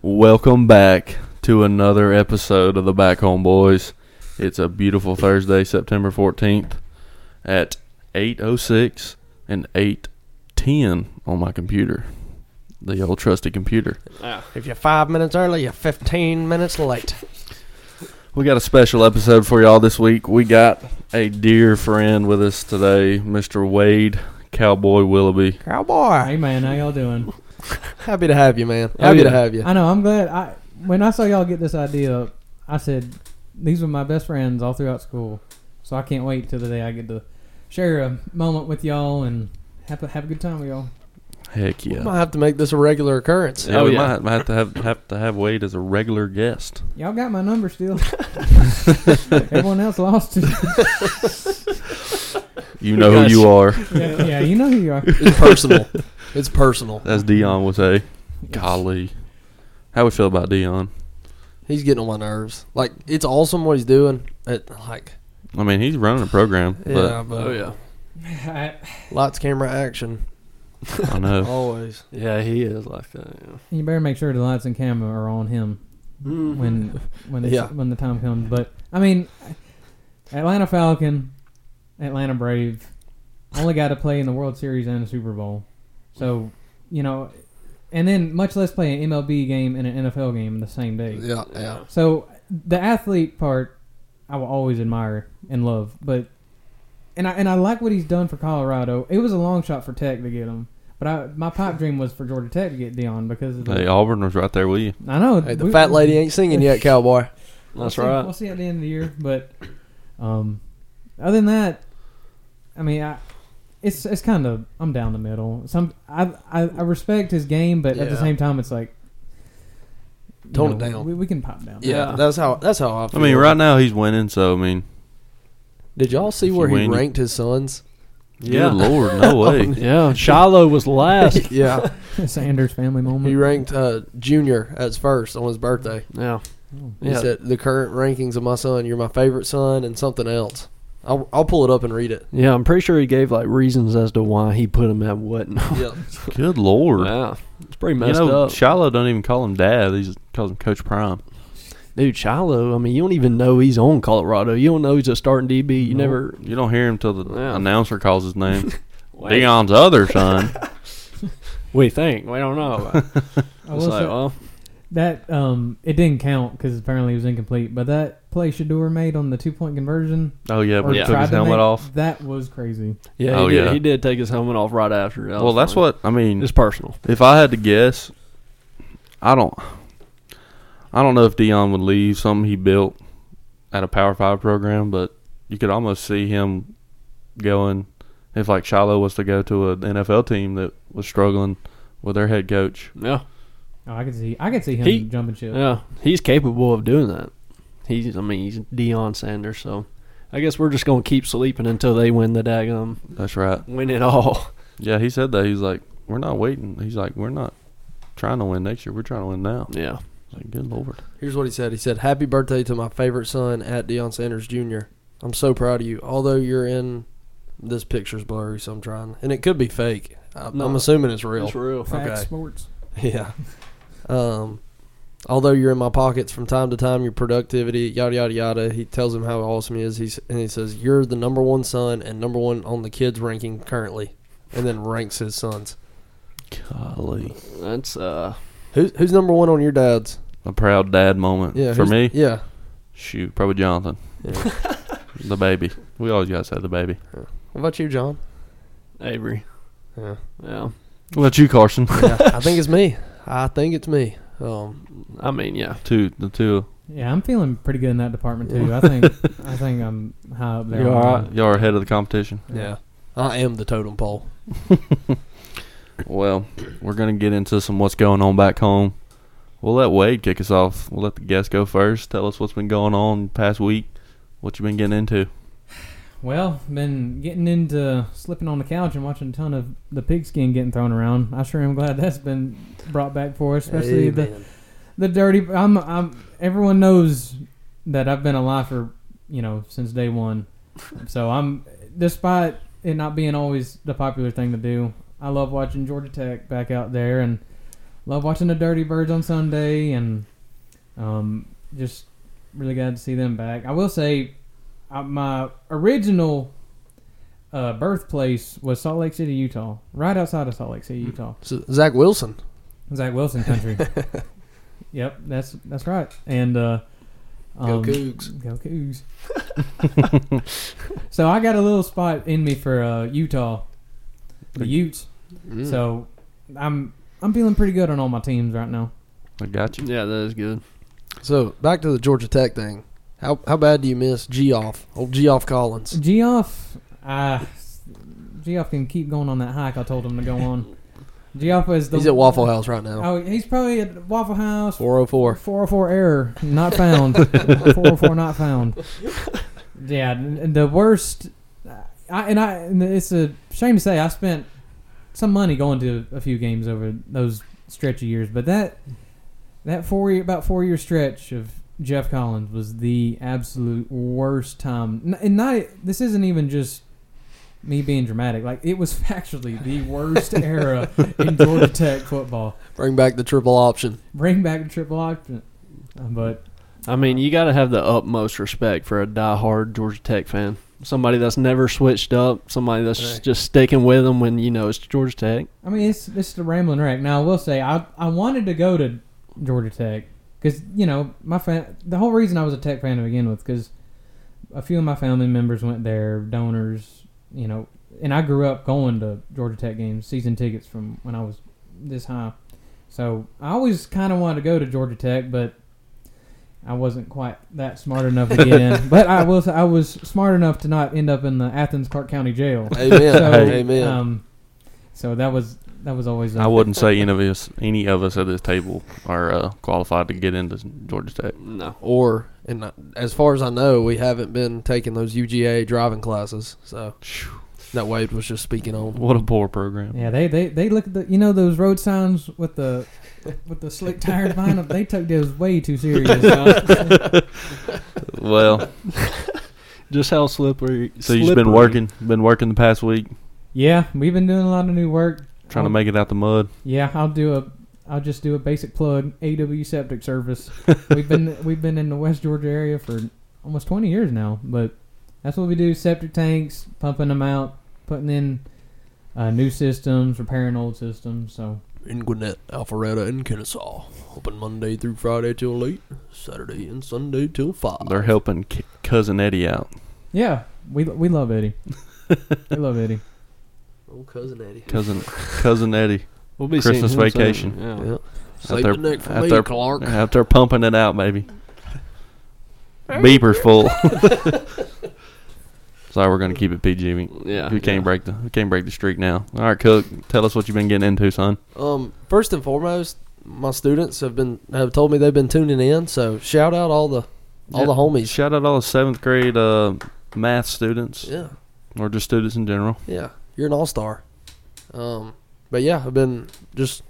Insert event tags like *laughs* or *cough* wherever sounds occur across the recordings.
Welcome back to another episode of the Back Home Boys. It's a beautiful Thursday, September 14th at 8:06 and 8:10 on my computer. The old trusty computer. If you're five minutes early, you're 15 minutes late. We got a special episode for y'all this week. We got a dear friend with us today, Mr. Wade Cowboy Willoughby. Cowboy, Hey man, how y'all doing? happy to have you, man. Oh, Happy to yeah. have you. I know I'm glad. I when I saw y'all get this idea, up, I said these were my best friends all throughout school, so I can't wait till the day I get to share a moment with y'all and have a, have a good time with y'all. Heck I yeah. might have to make this a regular occurrence. Yeah, Oh, we yeah. might- might have to have, have to have Wade as a regular guest. Y'all got my number still. Everyone else lost it. *laughs* You know who guys- you are, yeah, yeah, you know who you are. It's personal. it's personal. as Dion would say. *laughs* Golly. How we feel about Dion? He's getting on my nerves. Like it's awesome what he's doing. It, like I mean, he's running a program, yeah, but but Oh, I, lots camera action *laughs* I know. always. Yeah, he is like that. Yeah. you better make sure the lights and camera are on him Mm-hmm. when when the, Yeah. when the time comes. But I mean, Atlanta Falcon, Atlanta Brave, only got to play in the World Series and the Super Bowl. So you know, and then much less play an MLB game and an NFL game the same day. Yeah, yeah. So the athlete part, I will always admire and love, but and I and I like what he's done for Colorado. It was a long shot for Tech to get him. But I, my pipe dream was for Georgia Tech to get Dion because of the, Hey, Auburn was right there with you. I know Hey, the we- fat lady ain't singing yet, cowboy. That's we'll see, right. We'll see at the end of the year, but um, other than that, I mean, I, it's it's kind of I'm down the middle. Some I I, I respect his game, but at the Yeah. same time, it's like you Tone it down. We, we can pop down. Yeah, Yeah. that's how that's how I I feel. mean, right now he's winning, so I mean, Did y'all see If you where he win, you- ranked his sons? *laughs* good lord, *laughs* no way. Yeah, Shiloh was last. yeah. *laughs* Sanders family moment. He ranked uh, junior as first on his birthday. *laughs* Yeah. He Yeah. said, "The current rankings of my son. You're my favorite son, and something else." I'll, I'll pull it up and read *laughs* it. Yeah, I'm pretty sure he gave like reasons as to why he put him at what. Yeah, Good lord. yeah. It's pretty You messed know, up. Shiloh don't even call him dad. He just calls him Coach Prime. Dude, Shiloh, I mean, you don't even know he's on Colorado. You don't know he's a starting DB. You never. You don't hear him till the Yeah. announcer calls his *laughs* name. Dion's other son. *laughs* We think. We don't know. *laughs* it's I will like, say- oh. well, that um, it didn't count because apparently it was incomplete. But that play Shador made on the two point conversion, Oh yeah, or but he took tried his to helmet make, off. That was crazy. yeah, Oh, he did, yeah. He did take his helmet off right after. That Well, was that's funny. what I mean. It's personal. If I had to guess, I don't. I don't know if Dion would leave something he built at a Power Five program, but you could almost see him going. If like Shiloh was to go to an NFL team that was struggling with their head coach, Yeah. Oh, I could see, I could see him He- jumping ship. Yeah, he's capable of doing that. He's, I mean, he's Deion Sanders, so I guess we're just gonna keep sleeping until they win the daggum, that's right. win it all. *laughs* Yeah, he said that. He's like, we're not waiting. He's like, we're not trying to win next year. We're trying to win now. Yeah, It's Like, good lord. here's what he said. He said, "Happy birthday to my favorite son, at Deion Sanders Jr. I'm so proud of you. Although you're in this picture's blurry, so I'm trying, and it could be fake. I, No. I'm assuming it's real. it's real. Fact Okay. sports. *laughs* Yeah. Um, although you're in my pockets from time to time, your productivity, yada yada yada. He tells him how awesome he is. He's and he says you're the number one son and number one on the kids ranking currently, and then ranks his sons. Golly. That's uh, Who's who's number one on your dad's? A proud dad moment Yeah, for who's- me. Yeah, Shoot, probably Jonathan, yeah. the baby. We always gotta say the baby. What about you, John? Avery. Yeah. Yeah, What about you, Carson? I think *laughs* it's me. I think it's me. Um, I mean, yeah, two, the two. Yeah, I'm feeling pretty good in that department too. I think I think I'm high up there. You on all right? that. Y'all are ahead of the competition. yeah. I am the totem pole. Well, we're gonna get into some what's going on back home. We'll let Wade kick us off. We'll let the guest go first. Tell us what's been going on past week. What you been getting into? Well, been getting into slipping on the couch and watching a ton of the pigskin getting thrown around. I sure am glad that's been brought back for us, especially the Amen. the dirty. I'm. I'm. Everyone knows that I've been alive for you know since day one. So I'm. Despite it not being always the popular thing to do, I love watching Georgia Tech back out there and love watching the Dirty Birds on Sunday and Um, just really glad to see them back. I will say, uh, my original uh, birthplace was Salt Lake City, Utah, right outside of Salt Lake City, Utah. So, Zach Wilson. Zach Wilson country. *laughs* yep, that's that's right. And uh, Go Cougs. Go Cougs. *laughs* so I got a little spot in me for uh, Utah, the Utes. Mm. So I'm I'm feeling pretty good on all my teams right now. I got you. Yeah, that is good. So back to the Georgia Tech thing. How how bad do you miss Geoff? Old Geoff Collins. Geoff, uh, Geoff can keep going on that hike I told him to *laughs* go on. Geoff was the He's at Waffle House right now. Oh, he's probably at Waffle House. 404. 404 error not found *laughs* 404 not found yeah n- the worst I, and i and it's a shame to say i spent some money going to a few games over those stretch of years but that that four year about four year stretch of jeff collins was the absolute worst time N- and not this isn't even just me being dramatic like it was *laughs* factually the worst *laughs* era in georgia tech football Bring back the triple option. bring back the triple option Uh, but I mean, you got to have the utmost respect for a diehard Georgia Tech fan. Somebody that's never switched up. Somebody that's Right. just sticking with them when you know it's Georgia Tech. I mean, it's it's the rambling wreck. Now I will say I I wanted to go to Georgia Tech because you know my fan the whole reason I was a Tech fan to begin with because a few of my family members went there, donors, you know, and I grew up going to Georgia Tech games, season tickets from when I was this high. So I always kind of wanted to go to Georgia Tech, but I wasn't quite that smart enough to get in. But I was I was smart enough to not end up in the Athens Clark County Jail. Amen. So, Amen. Um, so that was that was always. a- I wouldn't say any of us, any of us at this table, are uh, qualified to get into Georgia Tech. No. or and not- as far as I know, we haven't been taking those UGA driving classes. So that Wade was just speaking on. What a poor program. Yeah, they, they they look at the you know those road signs with the with the slick tires behind them. They took those way too serious. Well, Just how slippery. so you've been slippery. working, been working the past week, yeah, we've been doing a lot of new work. trying to make it out the mud. Yeah, I'll do a I'll just do a basic plug. AW Septic Service. we've been *laughs* we've been in the West Georgia area for almost 20 years now, but that's what we do: septic tanks, pumping them out, putting in uh, new systems, repairing old systems. So In Gwinnett, Alpharetta, and Kennesaw. Open Monday through Friday till 8, Saturday and Sunday till 5. They're helping c- cousin Eddie out. yeah, we we love Eddie. we love Eddie. Old cousin Eddie. *laughs* Cousin, cousin Eddie, We'll be Christmas seeing him soon. vacation. Yeah. Yeah. Save their- the neck for at me, their- Clark. out there pumping it out, baby. Beeper's *laughs* full. *laughs* Sorry, we're gonna keep it PG. We, Yeah. we can't break the we can't break the streak now. All right, Cook, tell us what you've been getting into, son. Um, first and foremost, my students have been have told me they've been tuning in. So shout out all the all the Yeah. homies. Shout out all the seventh grade uh, math students, Yeah, or just students in general. yeah, you're an all star. Um, but yeah, I've been just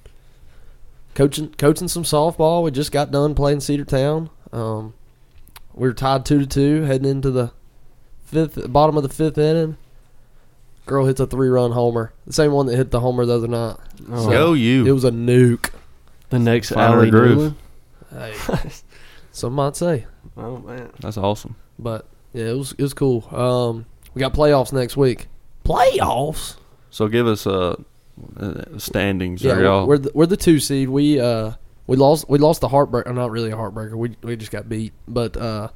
coaching coaching some softball. We just got done playing Cedar Town. Um, we were tied two to two heading into the fifth bottom of the fifth inning. Girl hits a three run homer, the same one that hit the homer the other night. Oh, Go It you! was a nuke. The next Find her alley groove. groove. Hey, *laughs* some might say. Oh man. That's awesome. But yeah, it was it was cool. Um, we got playoffs next week. Playoffs? So give us uh, uh, standings. Yeah, Yeah, we're, y'all. we're the, we're the two seed. We uh we lost we lost the heartbreaker. Not really a heartbreaker. We we just got beat, but uh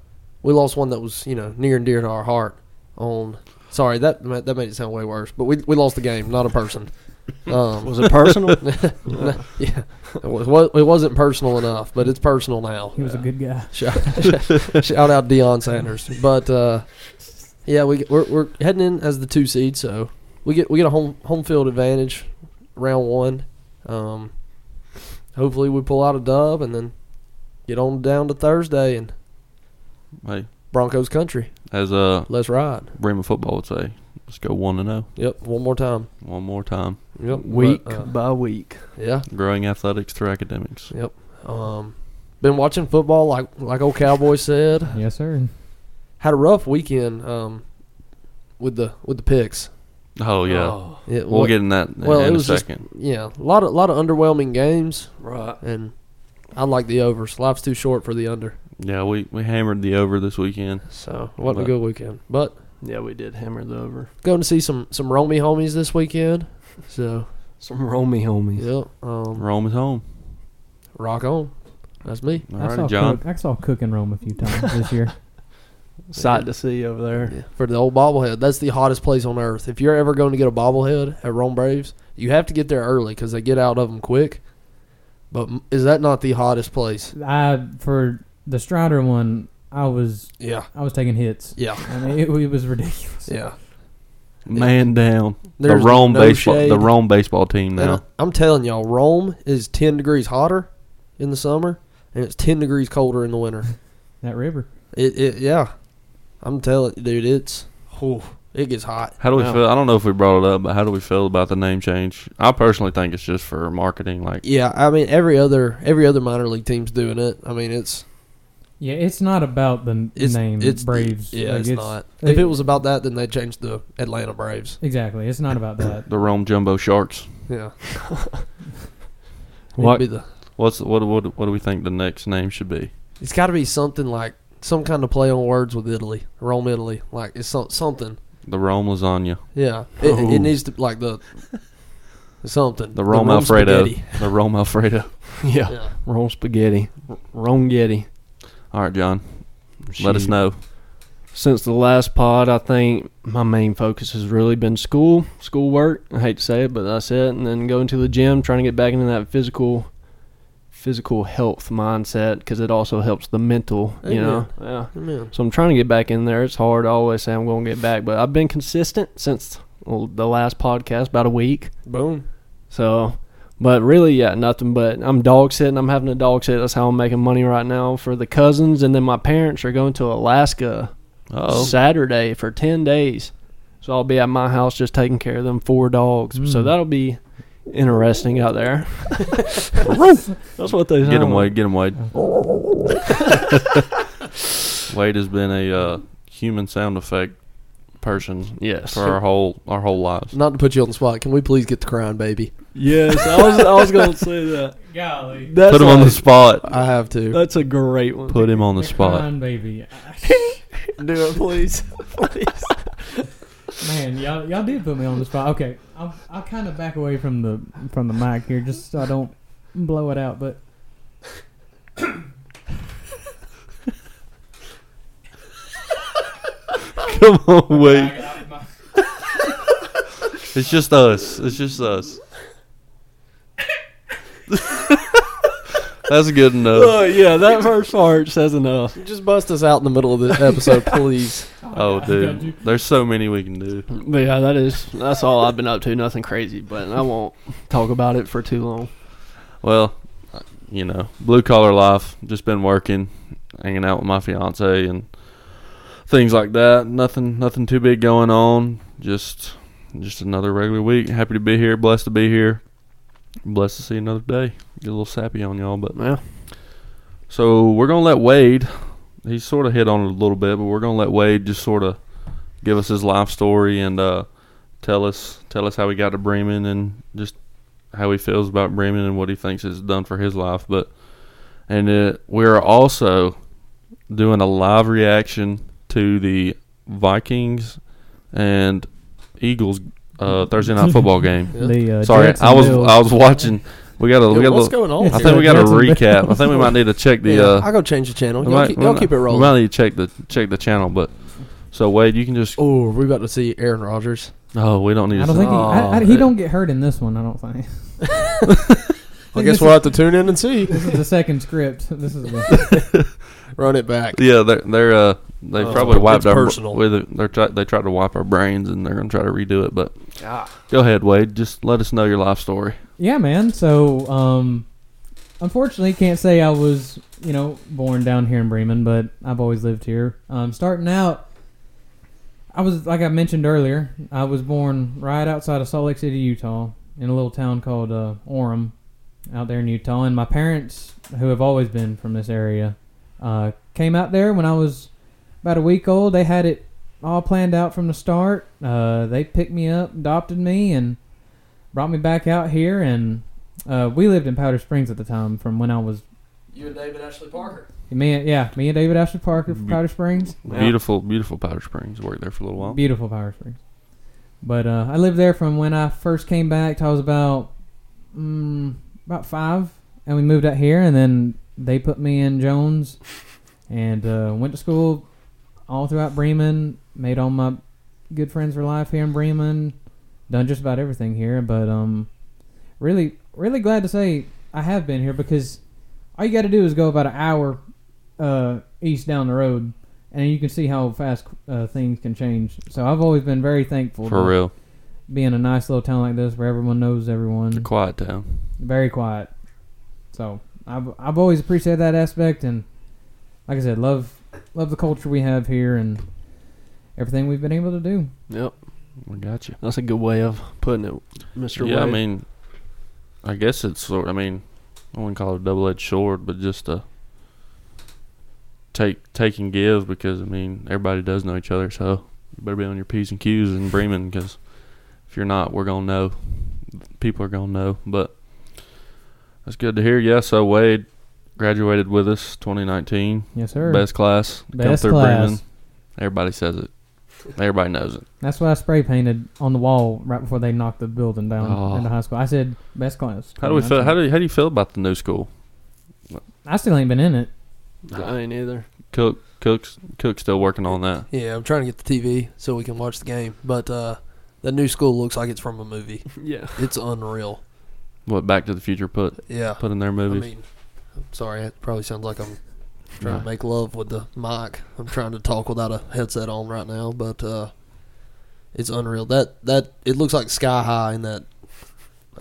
we lost one that was you know near and dear to our heart. On sorry that ma- that made it sound way worse, but we we lost the game, not a *laughs* person. Um, Was it personal? *laughs* no, yeah, it, was, it wasn't personal enough, but it's personal now. He was a good guy. Shout, *laughs* shout out Deion Sanders. But uh, yeah, we we're, we're heading in as the two seed, so we get we get a home home field advantage round one. Um, hopefully, we pull out a dub and then get on down to Thursday and hey, Broncos country. as uh, Let's ride. Bremen football would say, let's go one and zero. Yep, one more time. One more time. Yep, but, week uh, by week. yeah. Growing athletics through academics. Um, been watching football like like old cowboy said. *sighs* Yes, sir. Had a rough weekend. Um, with the with the picks. Oh yeah, Oh, It, we'll get in that well, in it a was just- second. yeah, a lot of lot of underwhelming games, right. and I like the over. Life's too short for the under. Yeah, we, we hammered the over this weekend. So What a But- good weekend. But yeah, we did hammer the over. going to see some some Romy homies this weekend. So Some Romy homies. yeah, um, Rome is home. rock on. That's me. All I saw right, John. Cook, I saw Cook in Rome a few times this *laughs* year. Sight to see over there. for the old bobblehead. That's the hottest place on earth. If you're ever going to get a bobblehead at Rome Braves, you have to get there early because they get out of them quick. But m- is that not the hottest place? I for the Strider one, I was Yeah, I was taking hits. yeah, I mean, it, it was ridiculous. yeah. Man down. There's the Rome no baseball shade. the Rome baseball team And now. I- I'm telling y'all, Rome is 10 degrees hotter in the summer, and it's 10 degrees colder in the winter. *laughs* That river. It, it yeah. I'm telling you, dude, it's whew, it gets hot. How do we No. feel? I don't know if we brought it up, but how do we feel about the name change? I personally think it's just for marketing. Like, Yeah, I mean every other every other minor league team's doing it. I mean it's Yeah, it's not about the it's name it's Braves. Yeah, Like, it's, not. If it was about that, then they changed the Atlanta Braves. exactly. It's not about that. the Rome Jumbo Sharks. Yeah, *laughs* It'd What be the- What's what what what do we think the next name should be? it's got to be something like some kind of play on words with Italy, Rome, Italy. Like it's some, something. The Rome Lasagna, Yeah, it, Oh. it needs to like the something. the Rome Alfredo, spaghetti. the Rome Alfredo. *laughs* Yeah. Yeah. Rome spaghetti. R- Rome Getty. All right, John, let us Shoot. know. Since the last pod, I think my main focus has really been school, schoolwork. I hate to say it, but that's it. And then going to the gym, trying to get back into that physical, physical health mindset because it also helps the mental. You know, yeah. Amen. So I'm trying to get back in there. It's hard. I always say I'm going to get back, but I've been consistent since well, the last podcast, about a week. Boom. So, but really, yeah, nothing. But I'm dog sitting. I'm having a dog sit. That's how I'm making money right now for the cousins. And then my parents are going to Alaska Oh, Saturday for ten days. So I'll be at my house just taking care of them four dogs. So Hmm. Mm. that'll be interesting out *laughs* there. That's what they get sound him, Wade. like. Get him, *laughs* Wade. Wade has been a uh, human sound effect person Yes. for *laughs* our whole our whole lives. Not to put you on the spot, can we please get the crying baby? Yes. I was. I was going to say that. *laughs* Golly. That's Put him on the like- spot. I have to. That's a great *laughs* one. Put him on the They're spot. *laughs* crying, baby. *laughs* I- Do *laughs* it, please. please. Man, y'all y'all did put me on the spot. Okay, I'll I'll kind of back away from the from the mic here just so I don't blow it out. But Come on, Wade. It's just us. It's just us. *laughs* That's good enough. *laughs* Oh yeah, that first part says enough. Just bust us out in the middle of this *laughs* episode, please. Oh, dude, there's so many we can do. But yeah, that is that's all I've been up to. Nothing crazy, but I won't talk about it for too long. Well, you know, blue collar life. Just been working, hanging out with my fiance and things like that. Nothing, nothing too big going on. Just, just another regular week. Happy to be here. Blessed to be here. Blessed to see another day. Get a little sappy on y'all, but Yeah, So we're gonna let Wade. He sort of hit on it a little bit, but we're gonna let Wade just sort of give us his life story and uh, tell us tell us how he got to Bremen and just how he feels about Bremen and what he thinks it's done for his life. But and uh, we're also doing a live reaction to the Vikings and Eagles uh, Thursday night football game. The, uh, Sorry, I was Jacksonville- I was watching. We got a we Yo, got a what's little, going on? I here? think we got a Jacksonville. recap. I think we might need to check the. yeah, Uh, I'll go change the channel. we Y'all, might- keep, we y'all might- keep it rolling. We might need to check the check the channel, but so Wade, you can just. Oh, we about to see Aaron Rodgers. Oh, we don't need I to. don't say- think he, I, I, Oh, he don't get hurt in this one. I don't think. I guess we'll have to tune in and see. This is the second script. This is the, Run it back. yeah, they're, they're uh they Oh, probably it's wiped our personal. with it- they're try, they tried to wipe our brains and they're gonna try to redo it. But go ahead, Wade. Just let us know your life story. yeah, man. So, um, unfortunately, can't say I was you know born down here in Bremen, but I've always lived here. Um, starting out, I was like I mentioned earlier. I was born right outside of Salt Lake City, Utah, in a little town called uh, Orem, out there in Utah. And my parents, who have always been from this area, uh, came out there when I was about a week old. They had it all planned out from the start. Uh, they picked me up, adopted me, and brought me back out here. And uh, we lived in Powder Springs at the time, from when I was You and David Ashley Parker. Me, and- yeah, me and David Ashley Parker from Be- Powder Springs. Yeah. Beautiful, beautiful Powder Springs. Worked there for a little while. Beautiful Powder Springs. But uh, I lived there from when I first came back till I was about mm, about five, and we moved out here, and then they put me in Jones, and uh, went to school all throughout Bremen. Made all my good friends for life here in Bremen. Done just about everything here, but um, really, really glad to say I have been here because all you got to do is go about an hour uh, east down the road, and you can see how fast uh, things can change. So I've always been very thankful for to real. be in a nice little town like this where everyone knows It's a everyone, quiet town. very quiet. So I've I've always appreciated that aspect, and like I said, love love the culture we have here and everything we've been able to do. Yep. We got you. That's a good way of putting it, Mr. yeah, I Wade. mean, I guess it's sort. I mean, I wouldn't call it a double-edged sword, but just a take take and give because I mean everybody does know each other, so you better be on your p's and q's in Bremen because if you're not, we're gonna know. People are gonna know, but that's good to hear. Yeah, so Wade graduated with us 2019, Yes, sir. best class to Best class. Everybody says it. Everybody knows it. That's what I spray painted on the wall right before they knocked the building down Oh. in the high school. I said best class. How do we feel? How do you, how do you feel about the new school? I still ain't been in it. I ain't either. Cook Cook's Cook's still working on that. Yeah, I'm trying to get the TV so we can watch the game. But uh, the new school looks like it's from a movie. Yeah. It's unreal. What Back to the Future put Yeah. put in their I movies? mean, I'm sorry. It probably sounds like I'm trying Right. to make love with the mic. I'm trying to talk without a headset on right now, but uh, it's unreal. That that it looks like sky high in that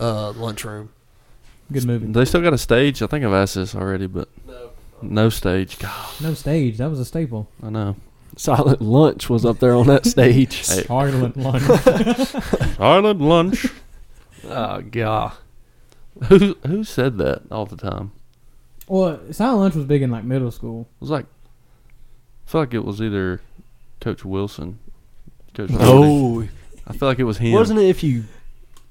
uh, lunchroom. Good movie. they still got a stage. I think I've asked this already, but no stage. God, No stage. That was a staple. I know. Silent Lunch was up there on that stage. *laughs* Hey. Harlan lunch. Island lunch. Oh, God. *laughs* who who said that all the time? well, silent lunch was big in like middle school. It was like, I feel like it was either Coach Wilson. Coach Jordy. Oh, I feel like it was him. wasn't it if you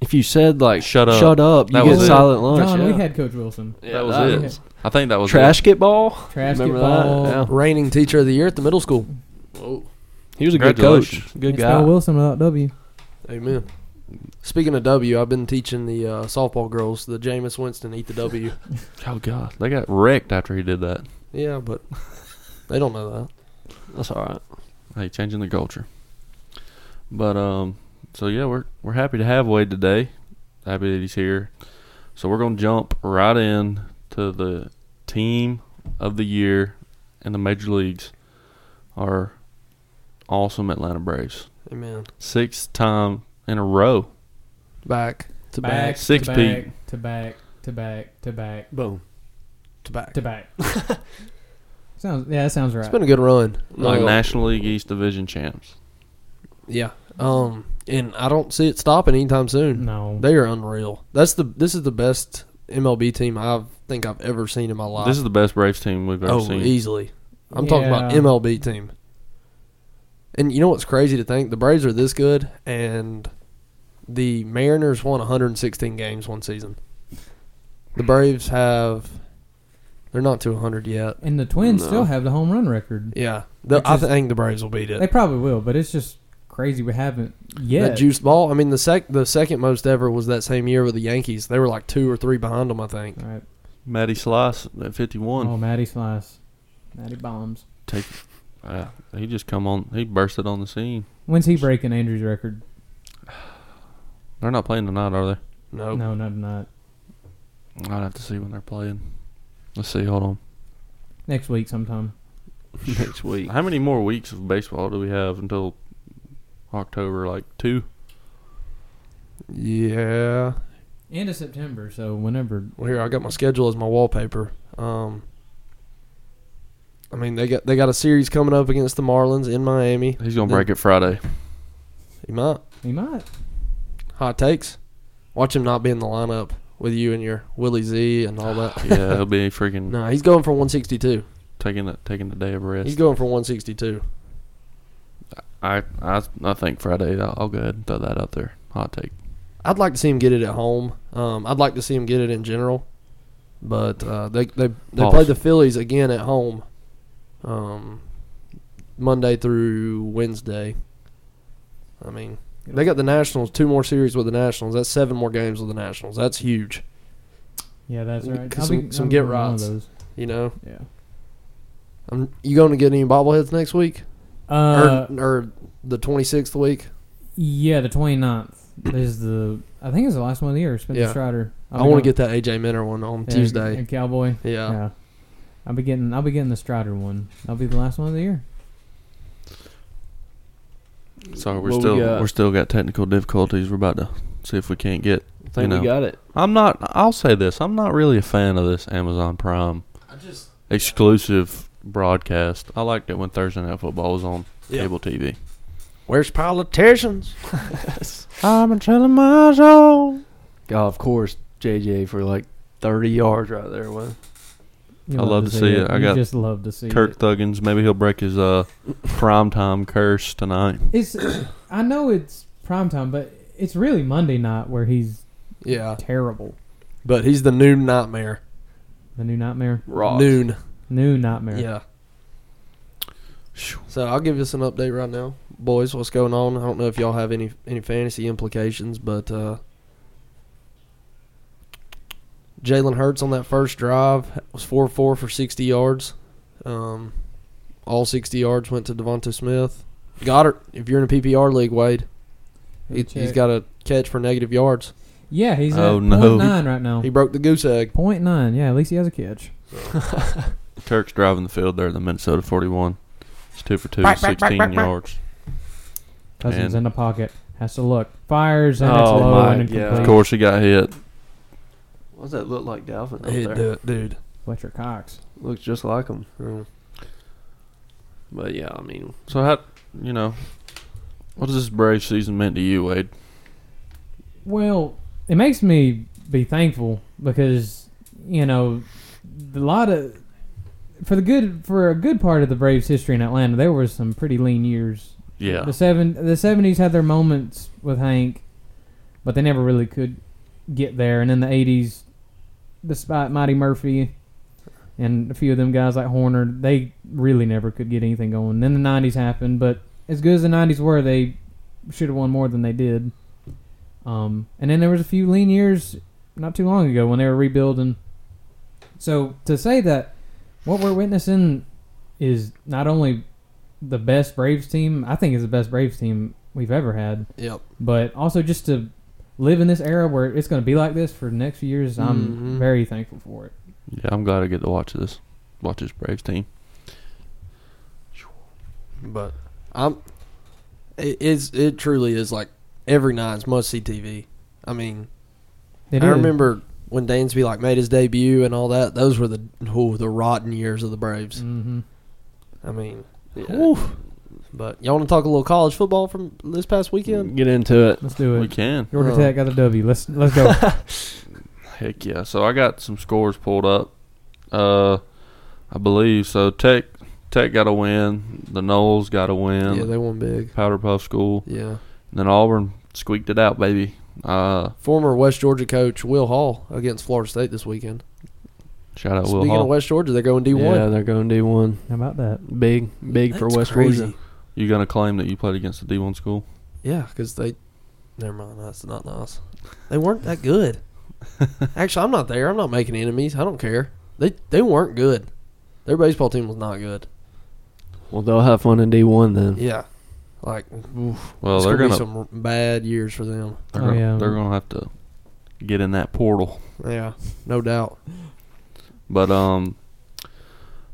if you said like Shut up. shut up, you That get was it. Silent Lunch. John, yeah. we had Coach Wilson. Yeah, That was it. was- I think that was it. uh, Trash get ball. Trash Remember get ball. that? Yeah. Reigning teacher of the year at the middle school. He was a good coach. Congratulations. Good It's spelled guy. Wilson without W. Amen. Speaking of W, I've been teaching the uh, softball girls the Jameis Winston eat the W. Oh God, they got wrecked after he did that. yeah, but they don't know that. That's all right. Hey, changing the culture. But um, so yeah, we're we're happy to have Wade today. Happy that he's here. So we're gonna jump right in to the team of the year in the major leagues. Our awesome Atlanta Braves, Amen. sixth time in a row. Back to back, Back, Six to peat. back, to back, to back, to back, Boom. to back. to back. sounds yeah, that sounds right. It's been a good run. Like Uh, National League East Division champs. Yeah. Um, and I don't see it stopping anytime soon. no, They are unreal. That's the this is the best MLB team I think I've ever seen in my life. This is the best Braves team we've ever oh, seen. easily. I'm talking about Yeah. MLB team. And you know what's crazy to think? The Braves are this good, and the Mariners won 116 games one season. The Braves have, they're not to 100 yet. and the Twins No. still have the home run record. Yeah, The- Which I is- think the Braves will beat it. They probably will, but it's just crazy we haven't yet. That juice ball. I mean, the sec the second most ever was that same year with the Yankees. They were like two or three behind them, I think. All right. Matty Slice at fifty-one. Oh, Matty Slice, Matty bombs. Take, uh, he just come on. He bursted on the scene. When's he breaking Andrew's record? They're not playing tonight, are they? No, No, no, not I'd have to see when they're playing. Let's see. Hold on. next week sometime. *laughs* Next week. How many more weeks of baseball do we have until October? Like two. Yeah. End of September, so whenever. Well, here I got my schedule as my wallpaper. Um. I mean, they got they got a series coming up against the Marlins in Miami. He's gonna Then- break it Friday. He might He might. hot takes. Watch him not be in the lineup with you and your Willie Z and all that. *laughs* Yeah, *laughs* he'll be freaking no, he's going for 162. taking the taking the day of He's rest. going for 162. I I I think Friday. I'll, I'll go ahead and throw that out there. Hot take. I'd like to see him get it at home. Um, I'd like to see him get it in general. But uh, they they they Pause. played the Phillies again at home, um, Monday through Wednesday. I mean, they got the Nationals two more series with the Nationals. That's seven more games with the Nationals. That's huge. Yeah, that's right. Some- some get doing one of rights. those. You know, Yeah. i you going to get any bobbleheads next week Uh, or, or the twenty sixth week? yeah, the 29th is the. I think it's the last one of the year. Spencer Yeah. Strider. I want to get that AJ Minner one on yeah, Tuesday. and Cowboy. Yeah. Yeah. I'll be getting. I'll be getting the Strider one. That'll be the last one of the year. Sorry, we're What we still we got? are still got technical difficulties. We're about to see if we can't get. I think You know. we got it. I'm not. I'll say this. I'm not really a fan of this Amazon Prime exclusive broadcast. I liked it when Thursday Night Football was on Yeah. cable TV. Where's politicians? I'm telling my soul. God, Oh, of course, JJ for like 30 yards right there. What? You I love to see it. I you got just love to see Kirk it. Thuggins. Maybe he'll break his uh prime time curse tonight. *coughs* It's. I know it's prime time, but it's really Monday night where he's Yeah, terrible. but he's the noon nightmare. The new nightmare. Ross. Noon. New nightmare. Yeah. So I'll give us an update right now, boys. What's going on? I don't know if y'all have any any fantasy implications, but uh, Jalen Hurts on that first drive was four four for sixty yards. Um, all sixty yards went to Devonta Smith. Goddard, if you're in a PPR league, Wade, he, Check. he's got a catch for negative yards. Yeah, he's Oh, at no. point nine right now. He broke the goose egg. Point nine. Yeah, at least he has a catch. Kirk's driving the field there in the Minnesota 41. It's two for two, 16 yards. Cousins And- in the pocket. Has to look. Fires and it's Oh, low my and God. incomplete. Of course, he got hit. What does that look like, Dalvin? Hey, Up there? du- dude. Fletcher Cox. Looks just like him. Mm. But yeah, I mean, So how you know? What has this Brave season meant to you, Wade? Well, it makes me be thankful because you know a lot of for the good for a good part of the Braves history in Atlanta, there was some pretty lean years. Yeah, The seven the seventies had their moments with Hank, but they never really could get there. And in the eighties, despite Mighty Murphy and a few of them guys like Horner, they really never could get anything going. Then the nineties happened, but as good as the nineties were, they should have won more than they did. Um, and then there was a few lean years not too long ago when they were rebuilding. So to say that what we're witnessing is not only the best Braves team, I think is the best Braves team we've ever had, Yep. but also just to live in this era where it's going to be like this for the next few years, I'm Mhm. very thankful for it. yeah. I'm glad I get to watch this, watch this Braves team. But I'm it is it truly is like every night's must see TV. I mean, It I is- remember when Dansby like made his debut and all that. Those were the oh, the rotten years of the Braves. Mhm. I mean, yeah. oof. but y'all want to talk a little college football from this past weekend? get into it. Let's do We it. can, Georgia Oh. Tech got a W. Let's let's go. heck yeah. So I got some scores pulled up. Uh, I believe so. Tech, Tech got a win. The Knowles got a win. yeah, they won big. Powder Puff School. Yeah, And then Auburn squeaked it out, baby. Uh, former West Georgia coach Will Hall against Florida State this weekend. shout out Will Speaking Hall. of West Georgia, they're going D one. Uh, Yeah, they're going D1. How about that? Big, big for West Georgia. you gonna claim that you played against a D1 school? Yeah, because they. Never mind. That's not nice. They weren't *laughs* that good. Actually, I'm not there. I'm not making enemies. I don't care. They they weren't good. Their baseball team was not good. Well, they'll have fun in D1 then. Yeah, like Well, it's they're gonna, gonna be some bad years for them. They're, Oh, gonna, yeah. they're gonna have to get in that portal. Yeah, no doubt. But um,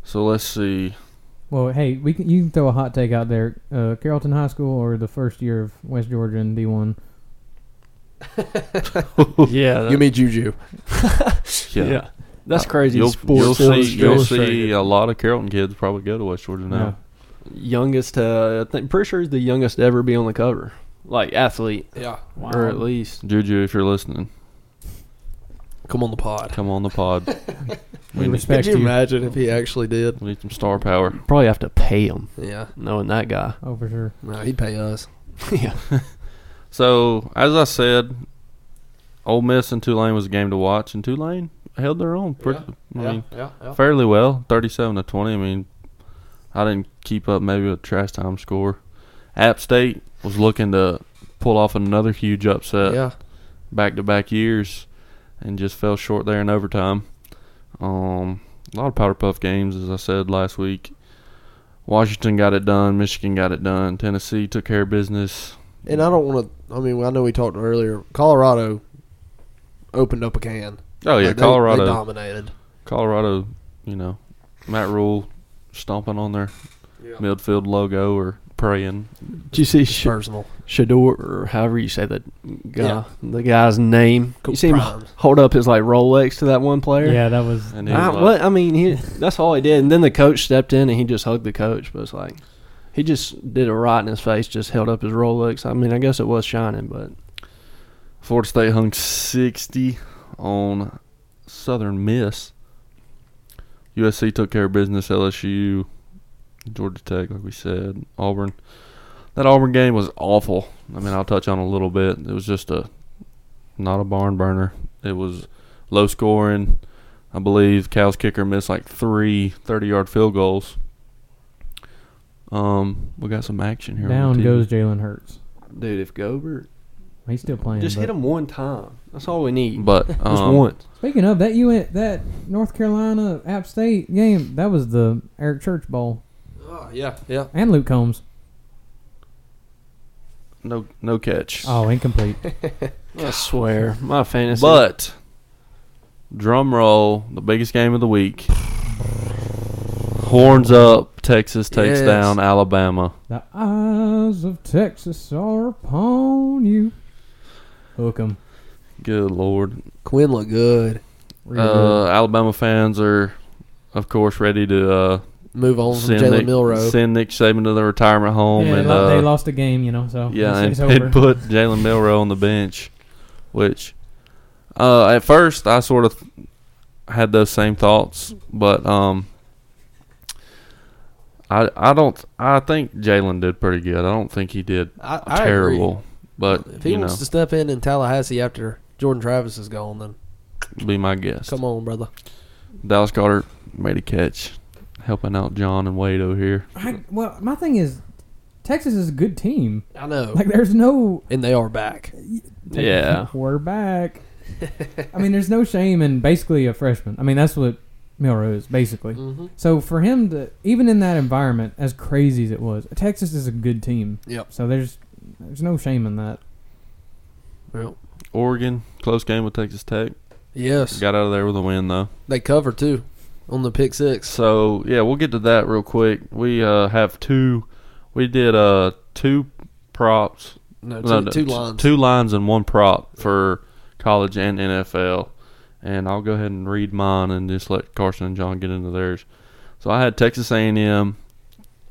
so let's see. Well, hey, we can, you can throw a hot take out there. Uh, Carrollton High School or the first year of West Georgia in D1? yeah, that- Give me Juju. Yeah, yeah. That's crazy. You'll, you'll Sports see. You'll see Illustrated. a lot of Carrollton kids probably go to West Georgia now. youngest. Uh, I think pretty sure he's the youngest to ever be on the cover, like athlete Yeah, Wow. or at least. Juju, if you're listening, come on the pod. come on the pod. we, we need, respect Could you you. imagine if he actually did? we need some star power. Probably have to pay him, Yeah, knowing that guy. Oh, for sure. no, he'd pay us. yeah, So as I said, Ole Miss and Tulane was a game to watch, and Tulane held their own. Pretty, I yeah, mean, yeah, yeah. Oh. fairly well, thirty-seven to twenty. I mean, I didn't keep up maybe with trash time score. App State was looking to pull off another huge upset yeah. back-to-back years, and just fell short there in overtime. Um, a lot of powder puff games, as I said last week. Washington got it done. Michigan got it done. Tennessee took care of business. And I don't want to. I mean, I know we talked earlier. Colorado opened up a can. Oh yeah, Like, Uh, they- Colorado. they dominated. Colorado, you know, Matt Rule stomping on their midfield logo or praying. Did you see It's Sh- personal. Shador or however you say that guy, Yeah. the guy's name? You see him Primes. hold up his like Rolex to that one player. Yeah, that was. And he I, was like, what I *laughs* mean, he, that's all he did, and then the coach stepped in and he just hugged the coach. But it's like he just did it right in his face, just held up his Rolex. I mean, I guess it was shining, but Florida State hung 60 on Southern Miss. USC took care of business. LSU, Georgia Tech, like we said, Auburn. That Auburn game was awful. I mean, I'll touch on it a little bit. It was just a not a barn burner. It was low scoring. I believe Cal's kicker missed like three 30 yard field goals. Um, we got some action here. on the Down TV. goes Jalen Hurts. dude, if Gobert He's still playing. just but- hit him one time, that's all we need. *laughs* But just um, once. Speaking of that, you went that North Carolina App State game. That was the Eric Church Bowl Oh, yeah, yeah. and Luke Combs. no no catch. Oh, incomplete. I swear, my fantasy. *laughs* But drum roll, the biggest game of the week. Horns up, Texas takes Yes. down Alabama. the eyes of Texas are upon you. Hook 'em. Good lord. Quinn looked good. Real Uh, Alabama fans are of course ready to uh, Move on from send, Jalen Nick, Milrow. send Nick Saban to the retirement good. home yeah, and they, lo- they uh, lost a game, you know. So Yeah, and, it's, it's and over. put Jalen Milrow on the bench, which uh, at first I sort of had those same thoughts, but um, I I don't I think Jalen did pretty good. I don't think he did I, I agree. terrible, but If he you know, wants to step in in Tallahassee after Jordan Travis is gone, then be my guess. come on, brother. Dallas Goddard made a catch, helping out John and Wade over here. I, well, my thing is, Texas is a good team. I know. Like, there's no and they are back. Yeah. *laughs* we're back. I mean, there's no shame in basically a freshman. I mean, that's what Milrow is basically. Mm-hmm. So for him to even in that environment, as crazy as it was, Texas is a good team. Yep. So there's there's no shame in that. Well, Oregon close game with Texas Tech. yes. Got out of there with a win though. They cover, too, on the pick six. So yeah, we'll get to that real quick. We uh, have two. We did uh two props, No, no, Uh, two, no, two t- lines. two lines and one prop for college and NFL. And I'll go ahead and read mine and just let Carson and John get into theirs. So I had Texas A&M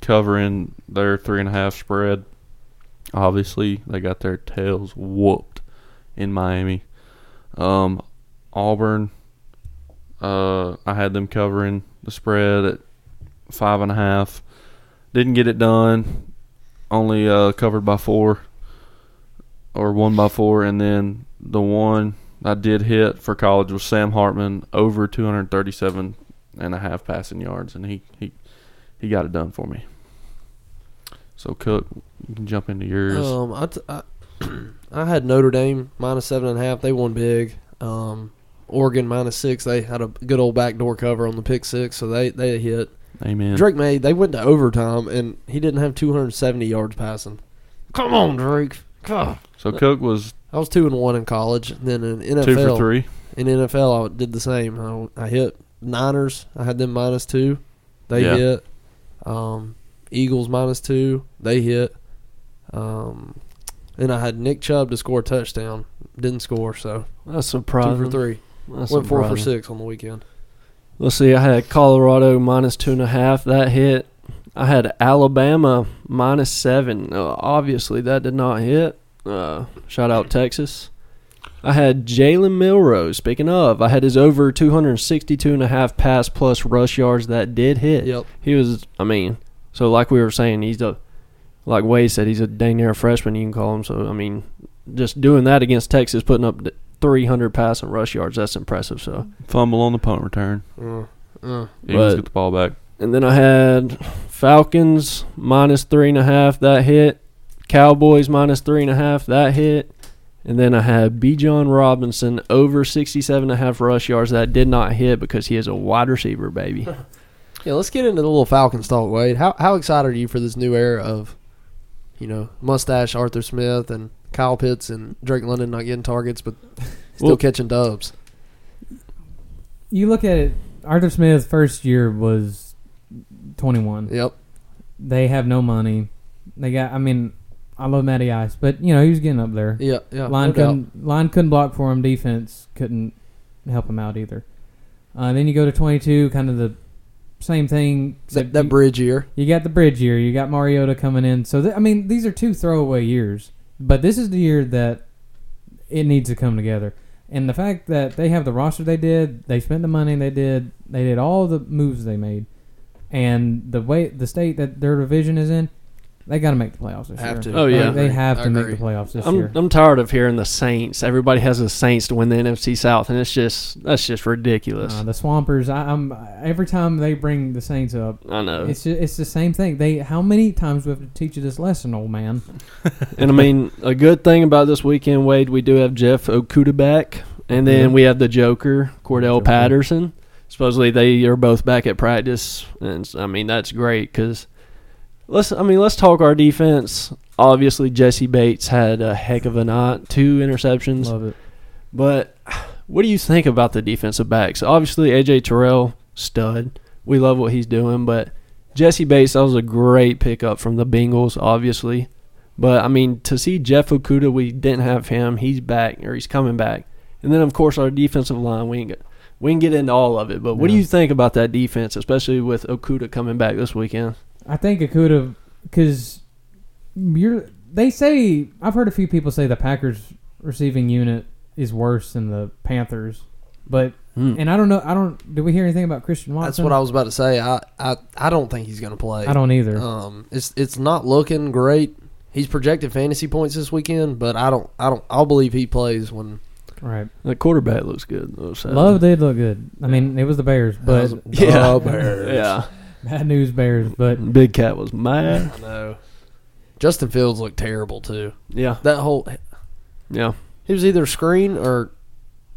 covering their three and a half spread. Obviously, they got their tails whooped in Miami. Um, Auburn, uh, I had them covering the spread at five and a half. Didn't get it done. Only uh, covered by four or one by four, and then the one I did hit for college was Sam Hartman over 237 and a half passing yards, and he he he got it done for me. So Cook, you can jump into yours. Um, I, t- I, *clears throat* I had Notre Dame minus seven and a half. They won big. Um, Oregon minus six. They had a good old backdoor cover on the pick six, so they they hit. Amen. Drake May. They went to overtime, and he didn't have 270 yards passing. Come on, Drake. God. So Cook was I was two and one in college. and Then in NFL, two for three. in NFL, I did the same. I, I hit Niners. I had them minus two. They Yeah. hit. Um, Eagles minus two. They hit. Um, and I had Nick Chubb to score a touchdown. Didn't score, so that's surprising. two for three. That's Went four for surprising. six on the weekend. Let's see. I had Colorado minus two and a half. That hit. I had Alabama minus seven. Uh, obviously, that did not hit. Uh, shout out Texas. I had Jalen Milrow. Speaking of, I had his over 262 and a half pass plus rush yards. That did hit. Yep. He was. I mean, so like we were saying, he's a like Wade said, he's a dang near freshman. You can call him. So I mean, just doing that against Texas, putting up d- 300 passing rush yards. That's impressive. So, Fumble on the punt return. Mm, mm. Eagles But- get the ball back. and then I had Falcons minus three and a half. That hit. Cowboys minus three and a half. That hit. And then I had B. John Robinson over 67 and a half rush yards. That did not hit because he is a wide receiver, baby. Yeah, let's get into the little Falcons talk, Wade. How how excited are you for this new era of, you know, mustache Arthur Smith and Kyle Pitts and Drake London not getting targets but still Well- catching dubs? You look at it. Arthur Smith's first year was 21. Yep. They have no money. They got. I mean, I love Matty Ice, but you know he was getting up there. Yeah. Yeah. line no doubt. couldn't line couldn't block for him. Defense couldn't help him out either. Uh, then you go to 22, kind of the same thing. That, except that you, bridge year. you got the bridge year. You got Mariota coming in. So th- I mean, these are two throwaway years, but this is the year that it needs to come together. And the fact that they have the roster they did, they spent the money they did, they did all the moves they made, and the way the state that their division is in, they got to make the playoffs this Have to. year. Oh, yeah. Like, they have I to make agree. the playoffs *laughs* this year. I'm, I'm tired of hearing the Saints. Everybody has the Saints to win the NFC South, and it's just that's just ridiculous. Uh, the Swampers. I, I'm every time they bring the Saints up, I know. it's ju- it's the same thing. They how many times do we have to teach you this lesson, old man? *laughs* And I mean, a good thing about this weekend, Wade, we do have Jeff Okuda back, and then Yeah. we have the Joker, Cordell Joker. Patterson. Supposedly they are both back at practice, and s- I mean that's great because let's I mean let's talk our defense. Obviously, Jesse Bates had a heck of a night, two interceptions. Love it. But what do you think about the defensive backs? Obviously, AJ Terrell, stud. We love what he's doing, but Jesse Bates, that was a great pickup from the Bengals, obviously. But I mean, to see Jeff Okuda, we didn't have him. He's back or he's coming back. And then of course our defensive line, we ain't got, we can get into all of it. But what do Yeah. you think about that defense, especially with Okuda coming back this weekend? I think Akuda because you're. They say I've heard a few people say the Packers receiving unit is worse than the Panthers, but Hmm. and I don't know. I don't. Did we hear anything about Christian That's Watson? what I was about to say. I I, I don't think he's going to play. I don't either. Um, it's it's not looking great. He's projected fantasy points this weekend, but I don't I don't I'll believe he plays when. right. The quarterback looks good. though, so- Love did look good. I mean, it was the Bears, but *laughs* Yeah. The Bears. Yeah, bad news Bears. But Big Cat was mad. I know. Justin Fields looked terrible too. Yeah, That whole yeah. he was either screen or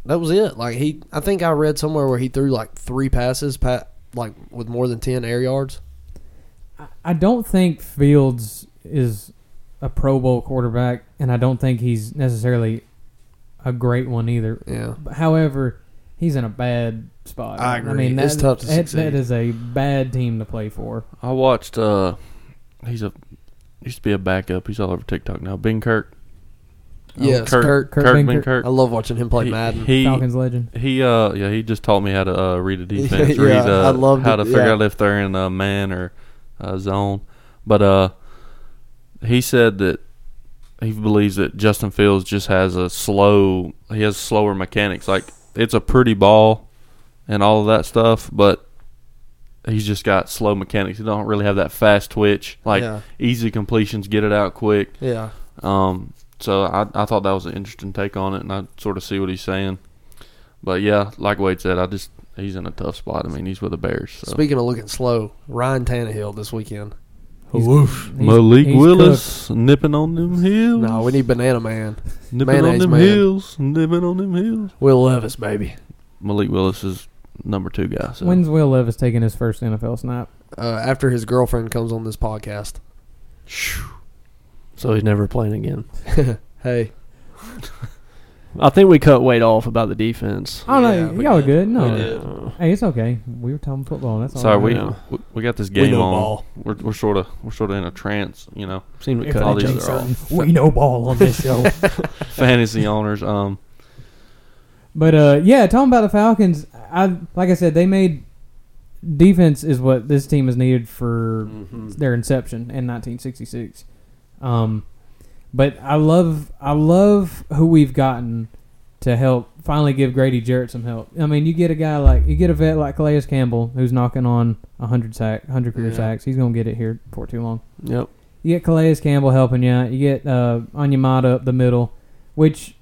that was it. Like he, I think I read somewhere where he threw like three passes, pa like with more than ten air yards. I- I don't think Fields is a Pro Bowl quarterback, and I don't think he's necessarily a great one either. Yeah, But However, he's in a bad spot. I agree. mean, It's that- tough to that- succeed. that is a bad team to play for. I watched. uh He's a used to be a backup. He's all over TikTok now. Ben Kirk. Oh, yes, Kirk. Kurt. Kirk, Kurt Ben Benkert. Kirk. I love watching him play Madden. He, Falcons legend. He uh yeah he just taught me how to uh, *laughs* read a defense, read Yeah, uh, I loved how it, to figure yeah. out if they're in a man or a zone. But uh, he said that he believes that Justin Fields just has a slow he has slower mechanics. Like it's a pretty ball and all of that stuff, but he's just got slow mechanics. He don't really have that fast twitch, like yeah, easy completions, get it out quick. yeah. Um, so I, I thought that was an interesting take on it, and I sort of see what he's saying. But yeah, like Wade said, I just he's in a tough spot. I mean, he's with the Bears. So. Speaking of looking slow, Ryan Tannehill this weekend. He's- Woof. he's- Malik he's Willis nipping on them heels. No, we need Banana Man. nipping on mayonnaise them man. heels. Nipping on them heels. Will Levis, baby. Malik Willis is number two guy. So When's Will Levis taking his first NFL snap? Uh, after his girlfriend comes on this podcast. *laughs* So he's never playing again. Hey, I think we cut Wade off about the defense. I don't Yeah, know. we Y'all are did. good. We No. did. Uh, Hey, it's okay. We were talking football. That's all. Sorry, we, know. we we got this game know on. ball. We're we're sort of we're sort of in a trance, you know. seem to If cut all each these other are off. all- we know ball on this *laughs* show. *laughs* Fantasy owners. Um, But uh, yeah, talking about the Falcons, I like I said, they made defense is what this team has needed for Mm-hmm. their inception in 1966. Um, but I love I love who we've gotten to help finally give Grady Jarrett some help. I mean, you get a guy like you get a vet like Calais Campbell who's knocking on 100 sack 100 career Yeah. sacks. He's gonna get it here before too long. Yep. You get Calais Campbell helping you. out. You get uh, Onyemata up the middle, which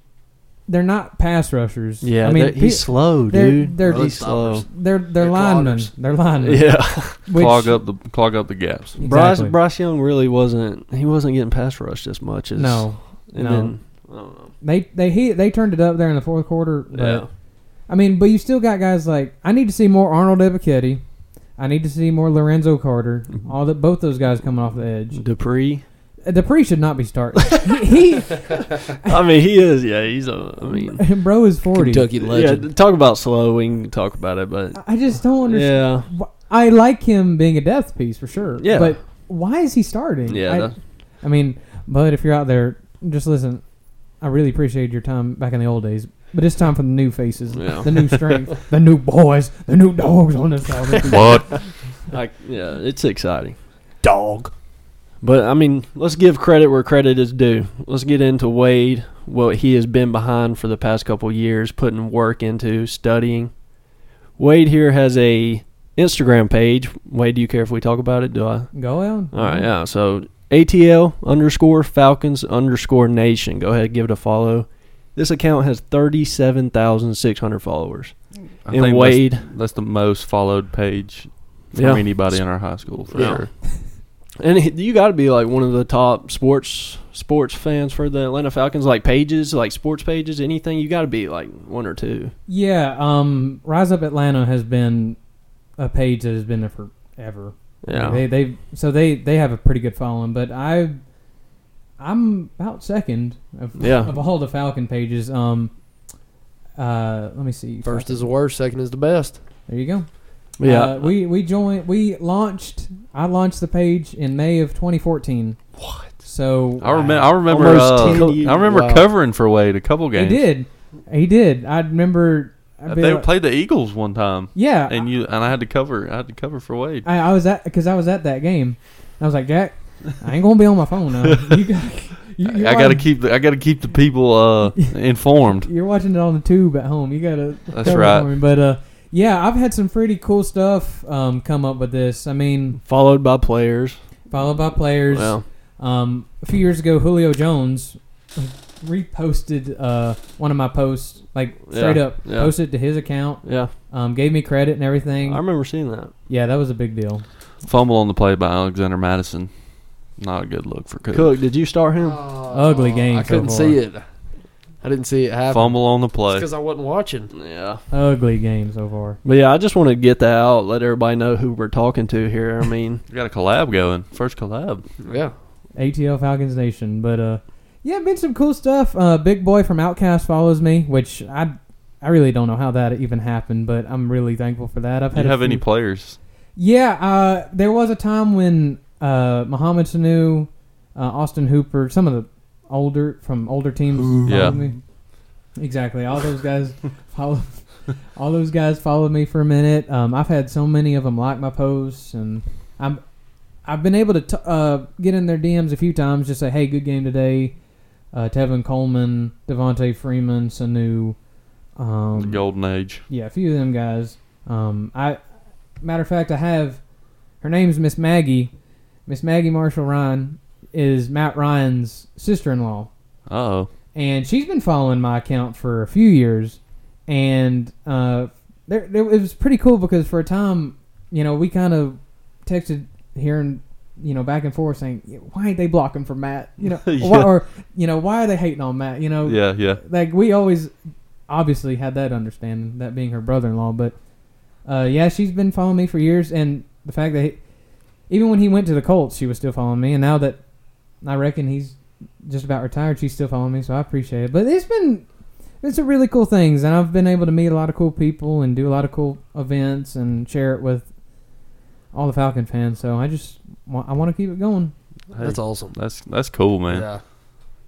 they're not pass rushers. Yeah, I mean they're- he's pe- slow, they're- dude. they're he's stoppers. slow. they're they're, they're linemen. cloggers. They're linemen. *laughs* Yeah, which- clog up the clog up the gaps. Bryce Exactly. Bryce Young really wasn't. He wasn't getting pass rushed as much as no, And no. then I don't know. they they he, they turned it up there in the fourth quarter. But, Yeah. I mean, but you still got guys like I need to see more Arnold Ebichetti. I need to see more Lorenzo Carter. Mm-hmm. All that both those guys coming off the edge. Dupree. Uh, Dupree should not be *laughs* starting. he, I mean, he is. Yeah, he's a. *laughs* I mean, he bro is forty. Kentucky legend. yeah. Talk about slow. We can talk about it, but I just don't understand. yeah, Wh- I like him being a depth piece for sure. Yeah. But why is he starting? Yeah, I, that- I mean, but if you're out there, just listen. I really appreciated your time back in the old days, but it's time for the new faces, Yeah. the new *laughs* strength, the new boys, the new dogs on this. on this- What? like yeah, it's exciting. Dog. But I mean, let's give credit where credit is due. Let's get into Wade, what he has been behind for the past couple years, putting work into studying. Wade here has a Instagram page. Wade, do you care if we talk about it? Do I? Go on. All right, yeah. So ATL underscore Falcons underscore Nation. Go ahead, give it a follow. This account has thirty-seven thousand six hundred followers. I and think Wade, that's, that's the most followed page from Yeah. anybody in our high school for Yeah. sure. and he- you got to be like one of the top sports sports fans for the Atlanta Falcons. Like pages, like sports pages, anything. You got to be like one or two. Yeah. Um, Rise Up Atlanta has been a page that has been there forever. Yeah, They they so they they have a pretty good following, but I I'm about second of Yeah. of all the Falcon pages. Um uh let me see. First is the worst, second is the best. There you go. yeah. Uh, we we joined we launched I launched the page in May of 2014. What? So I remember. I remember. Almost Uh, 10 years. I remember Wow. covering for Wade a couple he games. did. He did. I remember I'd be They like- played the Eagles one time, Yeah. and you and I had to cover. I had to cover for Wade. I, I was at because I was at that game. I was like, Jack, I ain't gonna be on my phone now. *laughs* You got, you, I, I gotta keep the I gotta keep the people *laughs* uh, informed. You're watching it on the tube at home. You gotta. That's cover it right. for me. But uh, yeah, I've had some pretty cool stuff um, come up with this. I mean, Followed by players. followed by players. Well, Um, a few years ago, Julio Jones reposted uh, one of my posts, like straight Yeah, up, yeah. posted to his account. yeah. Um, gave me credit and I everything. remember seeing that. yeah, that was a big deal. Fumble on the play by Alexander Madison. Not a good look for Cook. Cook, did you start him? Oh. Ugly game I so couldn't far. see it. I didn't see it happen. Fumble on the play. because I wasn't watching. Yeah. Ugly game so far. But yeah, I just want to get that out, let everybody know who we're talking to here. I mean, We got a collab going. First collab. Yeah. ATL Falcons Nation. But uh, yeah, been some cool stuff. Uh, Big Boy from Outcast follows me, which I I really don't know how that even happened, but I'm really thankful for that. I've Do had you a have any few- players? Yeah, uh, there was a time when uh, Muhammad Sanu, uh, Austin Hooper, some of the older from older teams Yeah. followed me. Exactly, all those guys *laughs* follow. All those guys followed me for a minute. Um, I've had so many of them like my posts, and I'm I've been able to t- uh, get in their DMs a few times. Just say, "Hey, good game today." Uh, Tevin Coleman, Devontae Freeman, Sanu. the Um, Golden Age. yeah, a few of them guys. Um, I matter of fact, I have her name's Miss Maggie. Miss Maggie Marshall Ryan is Matt Ryan's sister-in-law, Oh, and she's been following my account for a few years. And uh, there, there, it was pretty cool because for a time, you know, we kind of texted here and you know back and forth saying, "Why ain't they blocking for Matt?" You know, *laughs* Yeah. why, or you know, why are they hating on Matt? You know, yeah, yeah. like we always obviously had that understanding that being her brother-in-law but uh, yeah she's been following me for years and the fact that he, even when he went to the colts she was still following me and now that i reckon he's just about retired she's still following me so i appreciate it but it's been it's a really cool things and i've been able to meet a lot of cool people and do a lot of cool events and share it with all the falcon fans so i just wa- i want to keep it going Hey, That's awesome. that's that's cool, man. Yeah.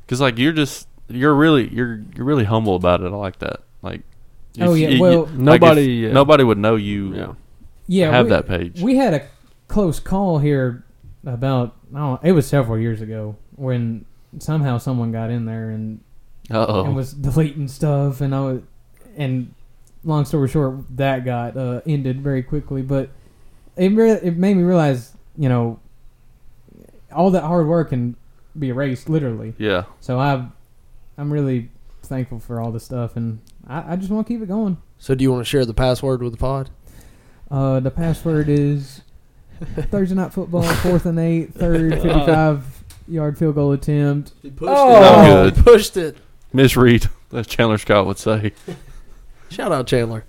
Cause like you're just you're really you're you're really humble about it. I like that. Like, oh if yeah you- you- well uh, like, if nobody. yeah. nobody would know you Yeah. yeah have we- that page. We had a close call here about I don't, it was several years ago when somehow someone got in there and, Uh and oh, was deleting stuff and I was and long story short that got uh, ended very quickly but it re- it made me realize you know all that hard work can be erased literally yeah. so I I'm really thankful for all this stuff, and I, I just want to keep it going. So do you want to share the password with the pod? Uh, the *laughs* password is Thursday night football, fourth and eight, third fifty-five yard field goal uh, attempt. He pushed Oh, good. He *laughs* pushed it. Misread, *laughs* as Chandler Scott would say. Shout out Chandler.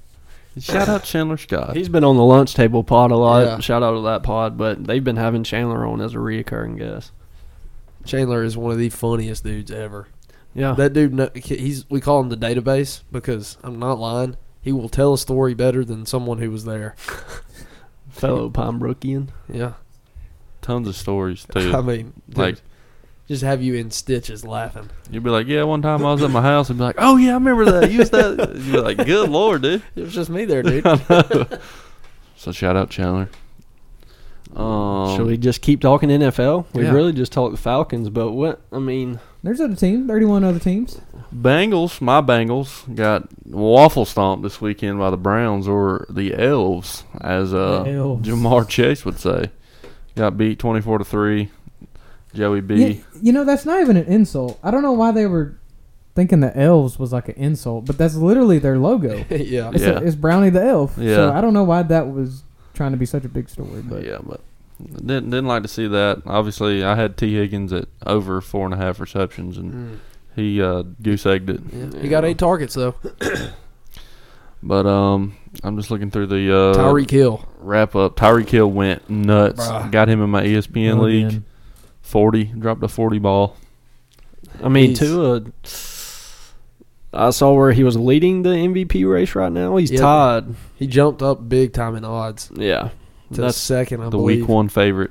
Shout out Chandler Scott. Oh! He's been on the lunch table pod a lot. Yeah. Shout out to that pod, but they've been having Chandler on as a reoccurring guest. Chandler is one of the funniest dudes ever. Yeah, That dude, kno- he's we call him the database because I'm not lying. He will tell a story better than someone who was there. fellow Pinebrookian. Yeah, Tons of *laughs* stories *laughs* I too. mean, dude, Like just have you in stitches laughing. you'd be like, yeah, one time I was at my house and be like, oh yeah, I remember that. You was that. You'd be like, good lord, dude. It was just me there, *laughs* dude. I know. So shout out Chandler. Um, Should we just keep talking NFL? We yeah. really just talked the Falcons, but what I mean, There's other teams, thirty-one other teams. Bengals, my Bengals got waffle stomped this weekend by the Browns or the Elves, as uh, The Elves. Jamar Chase would say. Got beat twenty four to three. Joey B. You, you know, that's not even an insult. I don't know why they were thinking the elves was like an insult, but that's literally *laughs* their logo. *laughs* yeah, It's, Yeah. it's Brownie the elf. Yeah. So I don't know why that was trying to be such a big story, but yeah, but didn't didn't like to see that. Obviously, I had T Higgins at over four and a half receptions, and Mm, he uh, goose egged it. yeah. He got eight targets though. But um, I'm just looking through the uh, Tyreek Hill. wrap up. Tyreek Hill went nuts. Bruh. Got him in my E ESPN Well, league. again, Forty dropped a forty ball. I mean He's- Tua. I saw where he was leading the MVP race right now. He's Yeah. tied. He jumped up big time in odds Yeah, to that's second. I the believe. week one favorite.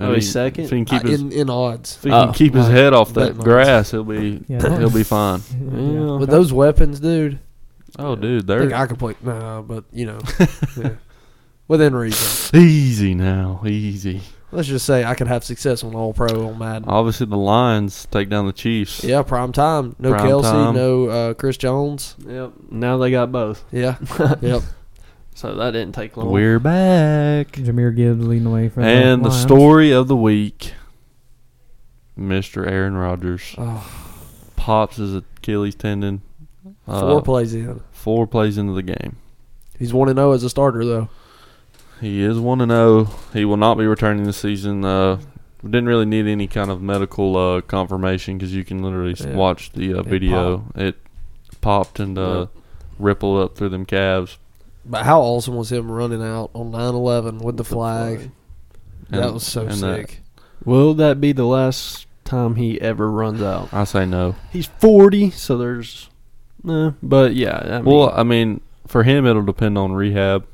Oh, he's second? If he can Uh, keep his, in, in odds. if he can Oh, keep his right. head off that Betting on it. grass, he'll be Yeah, don't- he'll be *laughs* fine. Yeah. With those weapons, dude, Oh, dude, I think they're I could play. Nah, but *laughs* you know, yeah. within reason. easy now, easy. Let's just say I could have success on All Pro on Madden. Obviously, the Lions take down the Chiefs. Yeah, prime time. No Prime Kelsey, time. no uh, Chris Jones. Yep. Now they got both, *laughs* *laughs* Yeah, yep. so that didn't take long. We're back. Jameer Gibbs leading the way for And the, the Lions. story of the week, Mr. Aaron Rodgers Oh, pops his Achilles tendon. uh, four plays in. four plays into the game. He's one and zero as a starter though. He is one and zero. He will not be returning this season. Uh, we didn't really need any kind of medical uh, confirmation because you can literally s Yeah. watch the uh, It video. It popped and uh, rippled up through them calves. But how awesome was him running out on 9-11 with the flag? And- that was so and uh, that- sick. Will that be the last time he ever runs out? I say no. He's forty, so there's. No, but yeah. I mean, well, I mean, for him, it'll depend on rehab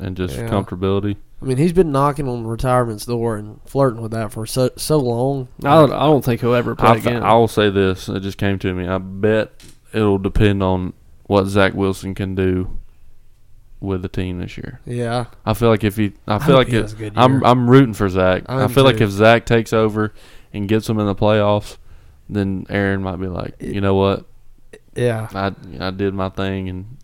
and just Yeah. comfortability. I mean, he's been knocking on retirement's door and flirting with that for so so long. I don't, I don't think he'll ever play I, th- again. I will say this. It just came to me. I bet it'll depend on what Zach Wilson can do with the team this year. Yeah, I feel like if he, I I feel hope like he it, has a good I'm year. I'm rooting for Zach. I, I am feel like too. if Zach takes over and gets them in the playoffs, then Aaron might be like, you know what, yeah. I I did my thing and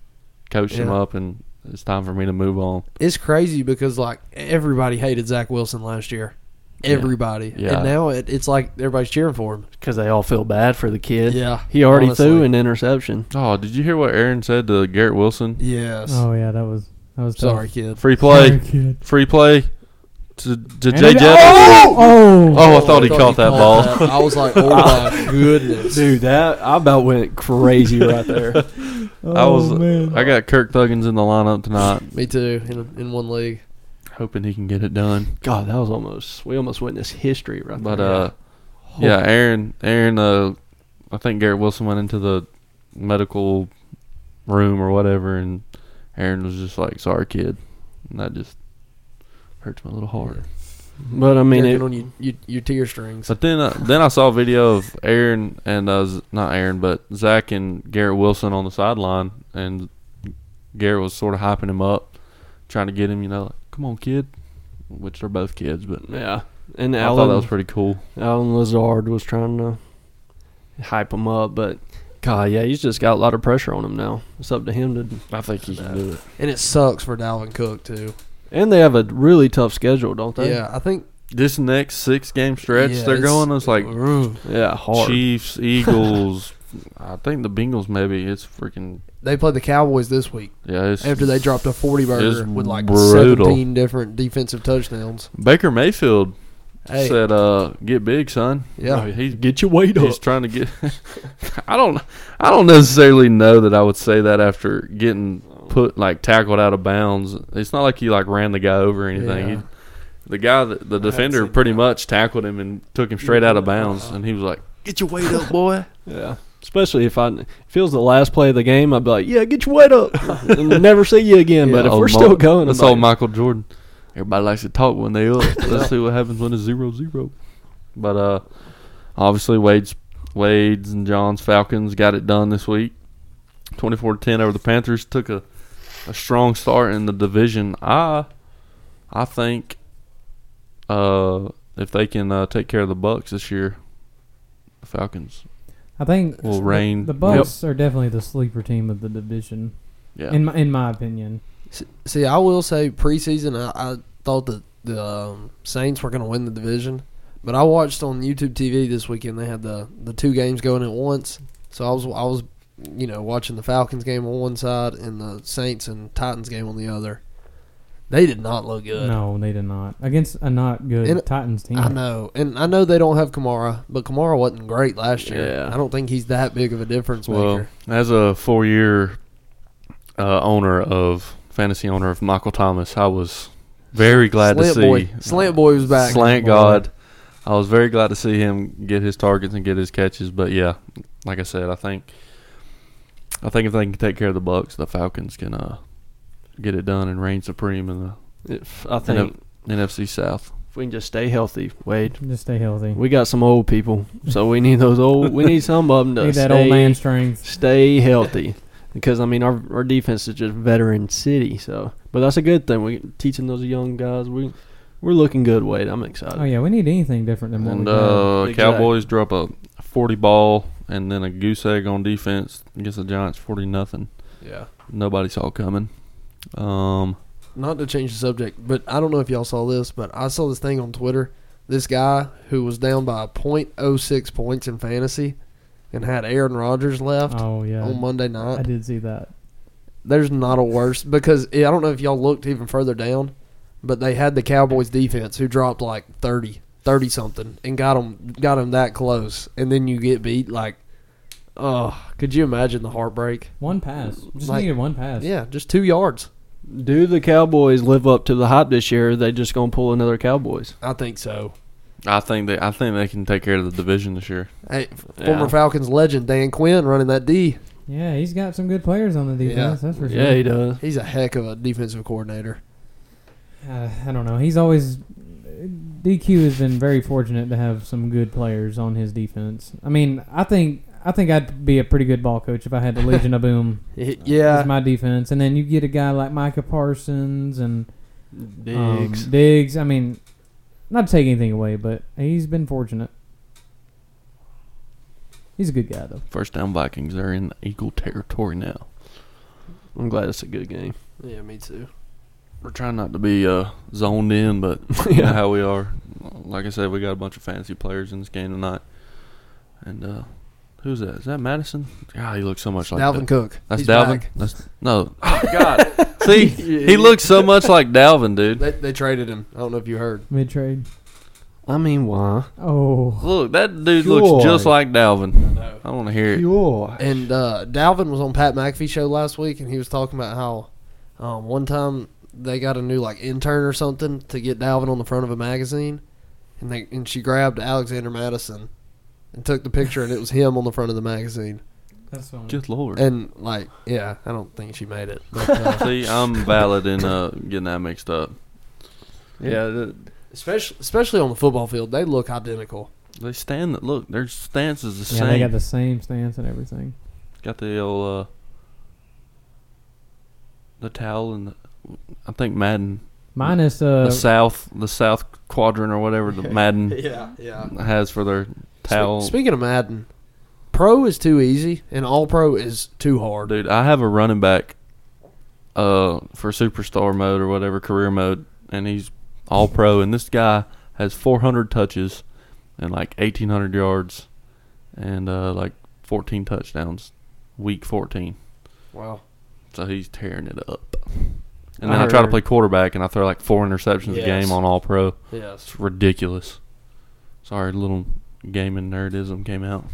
coached him Yeah. up, and it's time for me to move on. It's crazy because like everybody hated Zach Wilson last year. Yeah. Everybody, Yeah. and now it, it's like everybody's cheering for him. because they all feel bad for the kid. Yeah, He already honestly. threw an interception. Oh, did you hear what Aaron said to Garrett Wilson? Yes, Oh yeah, that was that was tough. sorry, kid. Free play, Kid. free play to to And they Jay got- Jettas. Oh, Oh, I thought he caught that ball. that. I was like, oh *laughs* my goodness, Dude, that I about went crazy right there. oh, I was man. I got Kirk Thuggins in the lineup tonight, Me too. In, in one league, hoping he can get it done. God, that was almost we almost witnessed history right But there. uh, yeah, Aaron, Aaron, uh, I think Garrett Wilson went into the medical room or whatever, and Aaron was just like, "Sorry, kid," and that just hurts my little heart. but I mean, Jerking it, on your, your, your tear strings. But then, uh, then I saw a video of Aaron and uh, Z- not Aaron, but Zach and Garrett Wilson on the sideline, and Garrett was sort of hyping him up, trying to get him, you know, like, "Come on, kid," which they're both kids, but yeah, and I thought Alan that was pretty cool. Alan Lazard was trying to hype him up, but God, yeah, he's just got a lot of pressure on him now. It's up to him to. I think he can do it. And it sucks for Dalvin Cook too. And they have a really tough schedule, don't they? Yeah, I think This next six game stretch, yeah, they're it's- going. It's like Ooh. *laughs* yeah, hard. Chiefs, Eagles, I think the Bengals maybe it's freaking They played the Cowboys this week yeah. It's, after they dropped a 40 burger It's with like brutal. 17 different defensive touchdowns. Baker Mayfield Hey, said, "Uh, get big, son." Yeah. I mean, he's Get your weight up. he's trying to get. *laughs* I don't I don't necessarily know that I would say that after getting put like tackled out of bounds. It's not like he like ran the guy over or anything. Yeah. He, the guy, that, the haven't defender, seen pretty that. much tackled him and took him straight out of bounds, and he was like, Get your weight up, boy. Yeah. Especially if I if it was the last play of the game, I'd be like, "Yeah, get your weight up, *laughs* and never see you again." But if "Oh, we're Ma- still going, that's I'm old like, Michael Jordan. Everybody likes to talk when they up. Let's see what happens when it's zero zero. But uh, obviously Wade's Wade's and John's Falcons got it done this week. 24-10 over the Panthers took a, a strong start in the division. I I think uh, if they can uh, take care of the Bucks this year, the Falcons I think will the- reign. The Bucks are definitely the sleeper team of the division, yeah. in my in my opinion. see, I will say preseason, I, I thought that the um, Saints were going to win the division, but I watched on YouTube TV this weekend. They had the, the two games going at once, so I was I was you know watching the Falcons game on one side and the Saints and Titans game on the other. They did not look good. No, they did not against a not good And- Titans team. I know, and I know they don't have Kamara, but Kamara wasn't great last year. Yeah. I don't think he's that big of a difference maker. Well, as a four-year uh, owner of fantasy owner of Michael Thomas, I was very glad Slant to see boy, Slant boy was back. Slant God. I was very glad to see him get his targets and get his catches. But yeah, like I said, I think I think if they can take care of the Bucks, the Falcons can uh, get it done and reign supreme in if I the think NFC South. if we can just stay healthy, Wade, Just stay healthy. we got some old people, so we need those old. *laughs* We need some of them to Need that stay, old man strength. stay healthy, because I mean our our defense is just veteran city. So, but that's a good thing. We teaching those young guys. We we're looking good, Wade. I'm excited. Oh yeah, we need anything different than what And we got. uh, Exactly. Cowboys drop a forty ball and then a goose egg on defense against the Giants, forty nothing. Yeah. Nobody saw coming. Um, Not to change the subject, but I don't know if y'all saw this, but I saw this thing on Twitter. This guy who was down by .06 points in fantasy and had Aaron Rodgers left Oh on yeah, Monday I night. did see that. There's not a worse because I don't know if y'all looked even further down, but they had the Cowboys defense who dropped like 30, 30 something and got them got them that close, and then you get beat like, oh, could you imagine the heartbreak? One pass, just Like- needed one pass. Yeah, just two yards. Do the Cowboys live up to the hype this year? Or they just gonna pull another Cowboys. I think so. I think they I think they can take care of the division this year. Hey, f- Yeah. former Falcons legend Dan Quinn running that D. Yeah, he's got some good players on the defense. That's for sure. Yeah, he does. He's a heck of a defensive coordinator. Uh, I don't know. He's always DQ has been very fortunate to have some good players on his defense. I mean, I think I think I'd be a pretty good ball coach if I had the Legion of Boom as Yeah, my defense, and then you get a guy like Micah Parsons and um, Diggs. Diggs. I mean, not to take anything away, but he's been fortunate. He's a good guy though. First down Vikings are in Eagle territory now. I'm glad it's a good game. yeah, me too. We're trying not to be uh, zoned in, but you know yeah. how we are. Like I said, we got a bunch of fantasy players in this game tonight. And uh, who's that? Is that Madison? God, he looks so much like Dalvin that. Cook. That's He's Dalvin. back. That's no. Oh, God, *laughs* see, he looks so much like Dalvin, dude. They, they traded him. I don't know if you heard. Mid trade. I mean, why? Oh, Look, that dude looks just Sure. like Dalvin. I want to hear it. And uh, Dalvin was on Pat McAfee show last week, and he was talking about how um, one time they got a new like intern or something to get Dalvin on the front of a magazine, and they and she grabbed Alexander Madison and took the picture, and it was him on the front of the magazine. that's Good lord. And like, yeah, I don't think she made it. But, uh, *laughs* See, I'm valid in uh, getting that mixed up. Yeah, the, especially especially on the football field, they look identical. They stand. Look, their stance is the Yeah, same. they got the same stance and everything. Got the old uh, the towel and the, I think Madden Minus the uh, South the South quadrant or whatever *laughs* the Madden Yeah, yeah. has for their towel. Speaking of Madden, pro is too easy and all pro is too hard. Dude, I have a running back uh for superstar mode or whatever career mode, and he's all pro. And this guy has 400 touches and like 1,800 yards and uh like 14 touchdowns, week 14. Wow. So he's tearing it up. And I then I, try to heard- play quarterback, and I throw like four interceptions a Yes. game on All Pro. Yes. It's ridiculous. Sorry, little gaming nerdism came out.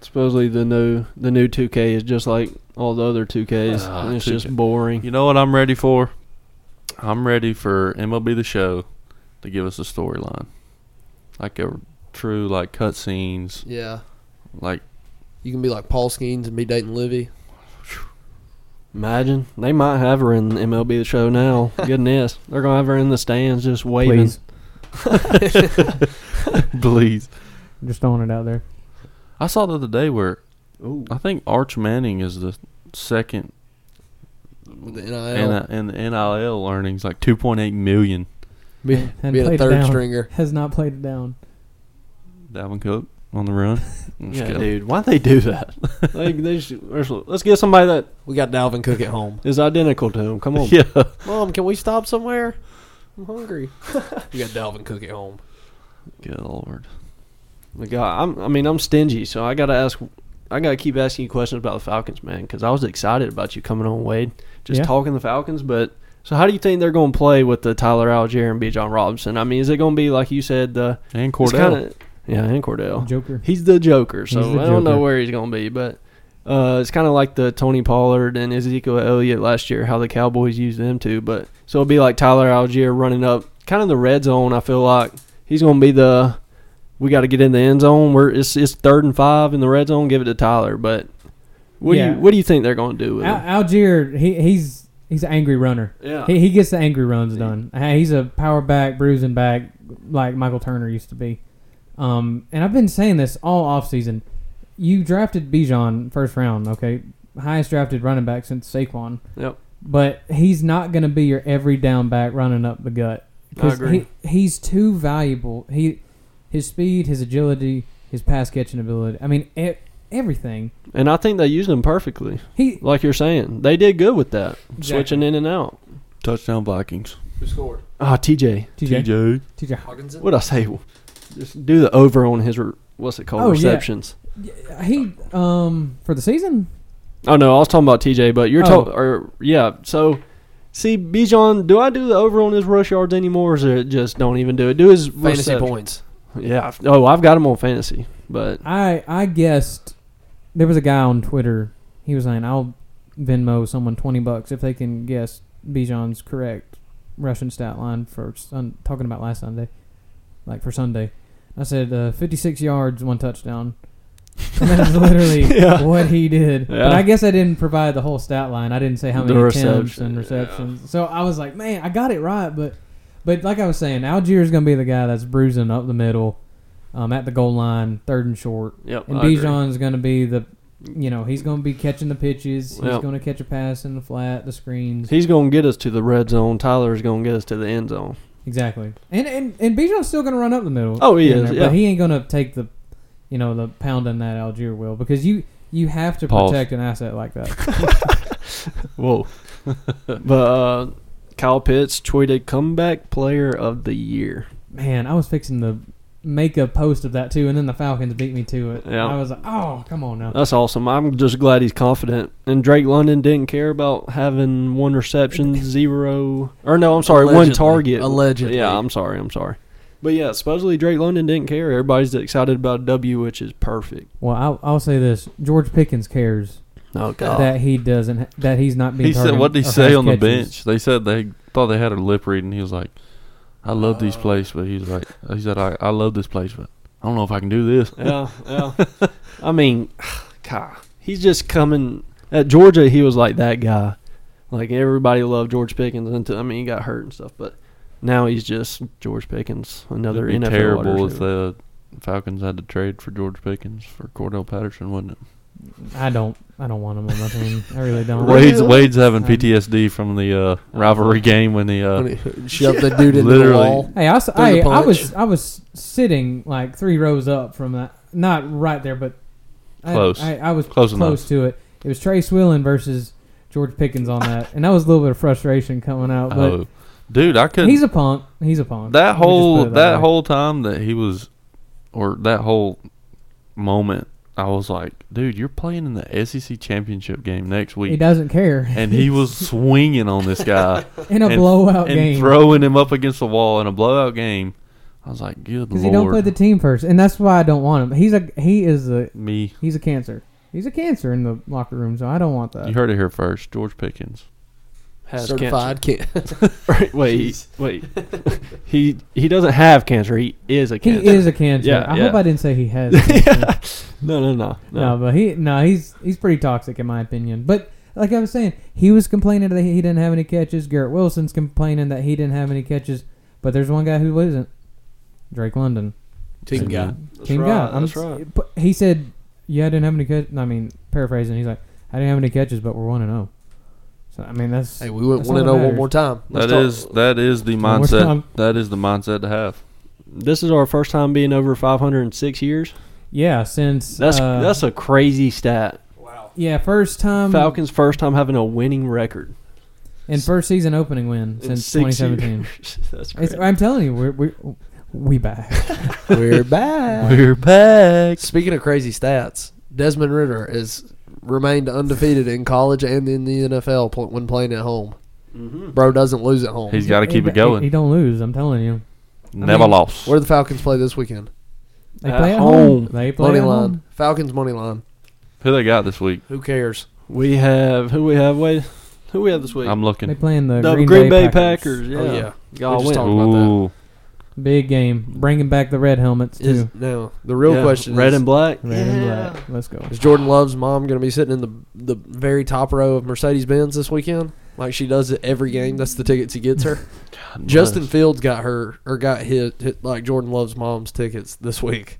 Supposedly the new the new 2K is just like all the other 2Ks. Ah, and it's 2K. just boring. You know what I'm ready for? I'm ready for MLB The Show to give us a storyline, like a true like cutscenes, Yeah. like *laughs* You can be like Paul Skeens and be dating Livy. Imagine they might have her in MLB the *laughs* Show now. Goodness, they're gonna have her in the stands just waving. Please, please. just throwing it out there. I saw the other day where Ooh. I think Arch Manning is the second With the NIL. and uh, and the NIL earnings like 2.8 million. Be- And being played a it third down. stringer. Has not played it down. Dalvin Cook on the run. I'm just *laughs* Yeah, kidding. dude, why they do that? *laughs* like they should, let's get somebody that We got Dalvin Cook at *laughs* home. is identical to him. Come on, *laughs* Yeah. Mom, can we stop somewhere? I'm hungry. we got Dalvin Cook at home. Good lord. Like, I- I'm, I mean, I'm stingy, so I gotta ask. I gotta keep asking you questions about the Falcons, man, because I was excited about you coming on, Wade. Just Yeah. talking the Falcons, but so how do you think they're going to play with the Tyler Algier and B. John Robinson? I mean, is it going to be like you said, the And it's Cordell. kinda- yeah, and Cordell. Joker. He's the Joker, so He's the I don't know Joker. where he's going to be, but uh, it's kind of like the Tony Pollard and Ezekiel Elliott last year, how the Cowboys used them too. But so it'll be like Tyler Algier running up, kind of the red zone. I feel like he's going to be the we got to get in the end zone. We're it's it's third and five in the red zone. Give it to Tyler, but. What do Yeah. you what do you think they're going to do with Al- him? Algier, he, he's he's an angry runner. Yeah, He, he gets the angry runs Uh, Yeah. done. Uh, He's a power back, bruising back, like Michael Turner used to be. Um, and I've been saying this all offseason. You drafted Bijan first round, okay? Highest drafted running back since Saquon. Yep. But he's not going to be your every down back running up the gut. I 'Cause agree. He, he's too valuable. He, His speed, his agility, his pass catching ability. I mean, e- everything. and I think they used him perfectly, He like you're saying. They did good with that, switching Exactly. in and out. Touchdown Vikings. Who scored? Ah, TJ, TJ. TJ. TJ. Hawkinson? What I say? Just do the over on his re- what's it called Oh, yeah. receptions. He um for the season. Oh no, I was talking about TJ, but you're Oh. talking or yeah. So see, Bijan, do I do the over on his rush yards anymore, or is it just don't even do it? Do his Fantasy reception- points. Yeah. I've- Oh, I've got him on fantasy, but I I guessed there was a guy on Twitter. He was saying I'll Venmo someone twenty bucks if they can guess Bijan's correct Russian stat line for sun, talking about last Sunday, like for Sunday. I said uh, fifty six yards, one touchdown. And that is literally *laughs* Yeah. what he did. Yeah. But I guess I didn't provide the whole stat line. I didn't say how The many attempts reception, and yeah. receptions. So I was like, man, I got it right, but but like I was saying, Algier's going to be the guy that's bruising up the middle, um, at the goal line, third and short. yep. And I agree. Bijan's going to be the, you know, he's going to be catching the pitches. He's Yeah. going to catch a pass in the flat, the screens. He's gonna get us to the red zone. Tyler's gonna get us to the *laughs* end zone. exactly. And and and Bijan's still going to run up the middle. Oh, he here and is, there, yeah. But he ain't going to take the, you know, the pounding that Algier will because you you have to Pause. protect an asset like that. Whoa. but uh, Kyle Pitts tweeted comeback player of the year. Man, I was fixing to Make a post of that too, and then the Falcons beat me to it. Yeah. I was like, "Oh, come on now!" That's awesome. I'm just glad he's confident. And Drake London didn't care about having one reception, zero, or no, I'm sorry, one Allegedly. target. Allegedly. Yeah, I'm sorry, I'm sorry. But yeah, supposedly Drake London didn't care. Everybody's excited about a W, which is perfect. Well, I'll, I'll say this: George Pickens cares Oh God, that he doesn't, ha- that he's not being. He said, targeted "What did he or say has on the catches." bench?" They said they thought they had a lip reading. He was like, "I love these Uh, plays," but he's like, "He said I, I love this place, but I don't know if I can do this." yeah, *laughs* yeah. I mean, *sighs* God, he's just coming at Georgia. He was like that guy. Like everybody loved George Pickens until I mean he got hurt and stuff, but now he's just George Pickens, another It'd be NFL wide terrible if receiver. the Falcons had to trade for George Pickens for Cordell Patterson, wouldn't it? I don't. I don't want him on my team. I *laughs* really don't. Wade's Wade's having Fine. PTSD from the Oh, uh, rivalry game when the uh, When he shoved the dude into the Literally. wall. Hey, I, s- Throw the hey, I punch. was I was sitting like three rows up from that. Not right there, but I- Close. I, I was Close enough. close, to it. It was Trey Swillen versus George Pickens on that, and that was a little bit of frustration coming out. But oh, dude, I couldn't. he's a punk. He's a punk. Let me that just put whole it that way. whole time that he was, or that whole moment, I was like, dude, you're playing in the SEC championship game next He week. doesn't care. And he was swinging on this guy *laughs* in a and- blowout and game. throwing him up against the wall in a blowout game. I was like, good Because he don't play lord. the team first, and that's why I don't want him. He's a he is a Me. he's a cancer. He's a cancer in the locker room, so I don't want that. You heard it here first. George Pickens. Has certified can *laughs* Right, wait, *laughs* wait. he he doesn't have cancer. He is a he cancer. is a cancer. Yeah, I yeah. hope I didn't say *laughs* he has. cancer. no, no, no, No, no. but he no, he's he's pretty toxic in my opinion. But like I was saying, he was complaining that he didn't have any catches. Garrett Wilson's complaining that he didn't have any catches. But there's one guy who isn't. Drake London. Mm-hmm. team guy. That's Team right. guy. I'm That's s- right. but He said, "Yeah, I didn't have any catches." I mean, paraphrasing, he's like, "I didn't have any catches, but we're one and zero." So I mean, that's Hey, we went That's one all and that zero one matters. more time. That talk- is that is the One more mindset. time. That is the mindset to have. This is our first time being over 506 years. yeah. Since That's uh, um, that's a crazy stat. yeah, first time Falcons first time having a winning record and first season opening win in since six 2017. years. *laughs* that's It's, crazy. I'm telling you, we're we we back. *laughs* We're back. We're back. Speaking of crazy stats, Desmond Ritter has remained undefeated in college and in the NFL pl- when playing at home. Mm-hmm. Bro doesn't lose at home. He's got to keep He- it He, he going. don't lose. I'm telling you. Never mean, lost. Where do the Falcons play this weekend? They At play at home. home. They play Money at line. home. Falcons money line. Who they got this week? Who cares? We have who we have. Wait, who we have this week? I'm They looking. play in the, the Green, Bay, Packers. Yeah, Oh yeah. Y'all We win. just talked about that. Ooh, Big game. Bringing back the red helmets Is, too. no. The real Yeah, question red is, and black. Red and black. Let's go. is Jordan Love's mom going to be sitting in the the very top row of Mercedes Benz this weekend? Like she does at every game. That's the tickets he gets her. Justin Fields got her or got hit, hit like Jordan Love's mom's tickets this week.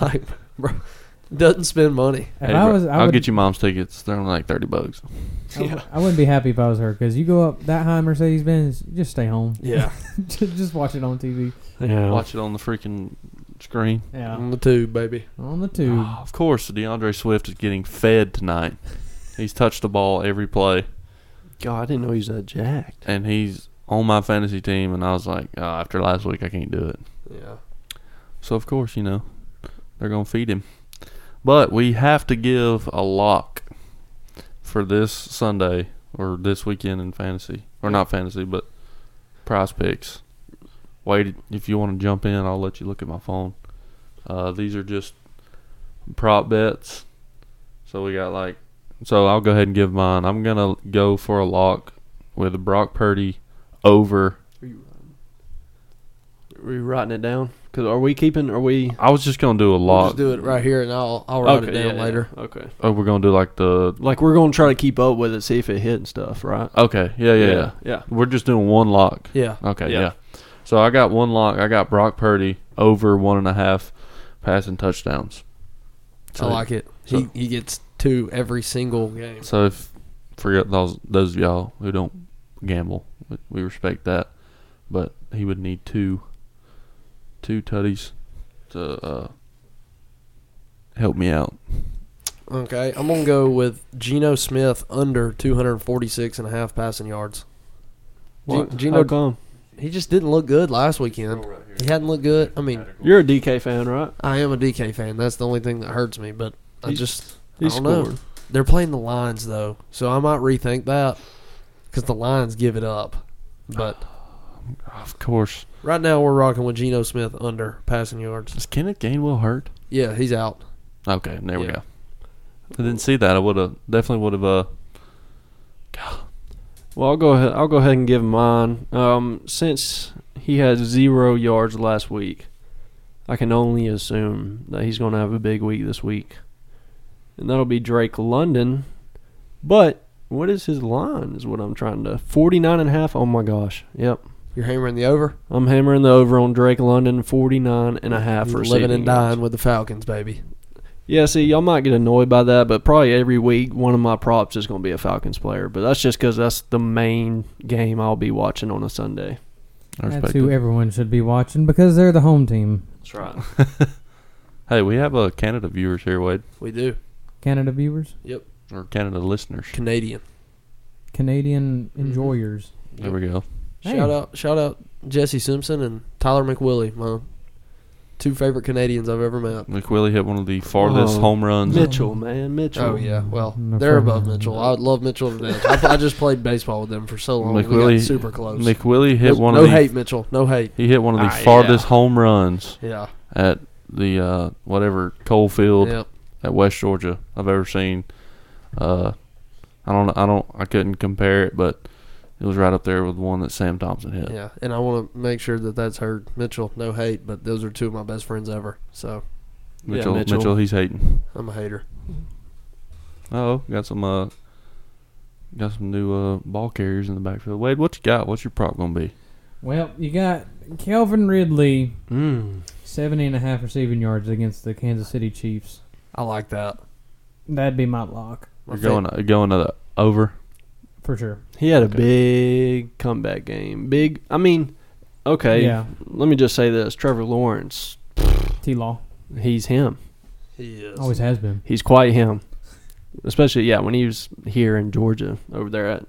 like, bro, doesn't spend money. If Hey, I bro, was, I I'll would, get you mom's tickets. They're only like thirty bucks. I, w- I wouldn't be happy if I was her because you go up that high Mercedes Benz, just stay home. Yeah, *laughs* *laughs* just, just watch it on TV. Yeah. Watch it on the freaking screen. Ah, Yeah, on the tube, baby. on the tube. of course, DeAndre Swift is getting fed *laughs* tonight. he's touched the ball every play, God, I didn't know he was that jacked. and he's on my fantasy team. And I was like, oh, after last week, I can't do it. Yeah, So of course, you know, they're gonna feed him. But we have to give a lock for this Sunday or this weekend in fantasy, or not fantasy, but prize picks. Wait, if you want to jump in, I'll let you look at my phone. Uh, these are just prop bets. So we got like, so I'll go ahead and give mine. I'm gonna go for a lock with Brock Purdy over. Are we writing it down? 'Cause are we keeping? Are we? I was just gonna do a we'll lock. just do it right here, and I'll I'll write it Okay, down yeah, later. yeah, Okay. oh, we're gonna do like the. Like we're gonna try to keep up with it, see if it hit and stuff, right? Okay, yeah, yeah, yeah. yeah. We're just doing one lock. Yeah, Okay, Yeah. yeah. So I got one lock. I got Brock Purdy over one and a half passing touchdowns. So, I like it. so- he he gets two every single game. So if forget those those of y'all who don't gamble, we- we respect that, but he would need two two tutties to uh, help me out. Okay, I'm gonna go with Geno Smith under 246 and a half passing yards. Gen- What? Geno How come? he just didn't look good last weekend. He hadn't looked good. I mean, You're a DK fan, right? I am a DK fan. That's the only thing that hurts me. But I He's- just He I don't know. scored. They're playing the Lions though, so I might rethink that because the Lions give it up. *sighs* But Of course. right now we're rocking with Geno Smith under passing yards. Is Kenneth Gainwell hurt? Yeah, he's out. Okay, there we Yeah. go. I didn't see that. I would have definitely would have. Uh, Well, I'll go ahead. I'll go ahead and give him mine. Um, since he had zero yards last week, I can only assume that he's going to have a big week this week, and that'll be Drake London. But what is his line? Is what I'm trying to forty nine and a half. Oh my gosh. Yep. You're hammering the over. I'm hammering the over on Drake London 49 and a half You're receiving living and yards. dying with the Falcons, baby. Yeah, see, y'all might get annoyed by that, but probably every week one of my props is going to be a Falcons player. But that's just because that's the main game I'll be watching on a Sunday. I respect That's who it. everyone should be watching because they're the home team. That's right. Hey, we have uh, Canada viewers here, Wade, We do Canada viewers, or Canada listeners. Canadian. Canadian Mhm. enjoyers. There we go. Hey. Shout out, shout out, Jesse Simpson and Tyler McWillie, my two favorite Canadians I've ever met. McWillie hit one of the farthest Oh. home runs. Mitch- *laughs* Mitchell, man, Mitchell. Oh yeah, well No they're problem. above Mitchell. I would love Mitchell to death. I, pl- I just played baseball with them for so long. we McWillie- got super close. McWillie hit no, one no of the hate, Mitchell. No hate. he hit one of the Ah, yeah. farthest home runs Yeah. at the uh, whatever coal field Yep. at West Georgia I've ever seen. Uh, I don't I don't I couldn't compare it, but it was right up there with one that Sam Thompson hit. Yeah. And I want to make sure that that's heard. Mitchell, no hate, but those are two of my best friends ever. So Yeah, Mitchell, Mitchell Mitchell. he's hating. I'm a hater. Oh, got some uh got some new uh ball carriers in the backfield. Wade, what you got? What's your prop gonna be? Well, you got Calvin Ridley, Mm. 70 and a half receiving yards against the Kansas City Chiefs. I like that. That'd be my lock My You're fa- going you're going to the over. for sure. He had a Okay. big comeback game. Big. I mean, okay. Yeah, Let me just say this: Trevor Lawrence, T Law he's him. He is. always has been. He's quite him. Especially, yeah, when he was here in Georgia, over there at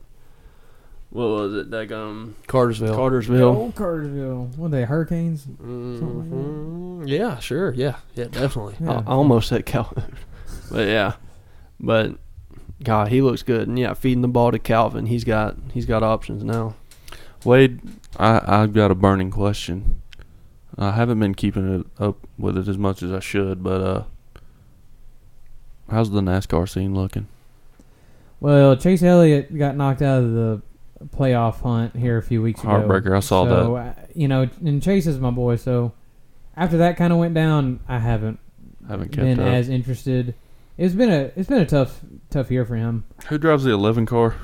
what was it? That um, Cartersville. Cartersville. Oh, Cartersville. What are they? Hurricanes. Mhm. Yeah, sure. Yeah, yeah, definitely. I- I almost said Calhoun, *laughs* but yeah, but God, he looks good. And yeah, feeding the ball to Calvin, he's got he's got options now. Wade, I, I've got a burning question. I haven't been keeping it up with it as much as I should, but uh, how's the NASCAR scene looking? Well, Chase Elliott got knocked out of the playoff hunt here a few weeks ago. Heartbreaker, I saw so, that. you know, and Chase is my boy, so after that kind of went down, I haven't Haven't kept been up. as interested. It's been a it's been a tough tough year for him. Who drives the 11 car?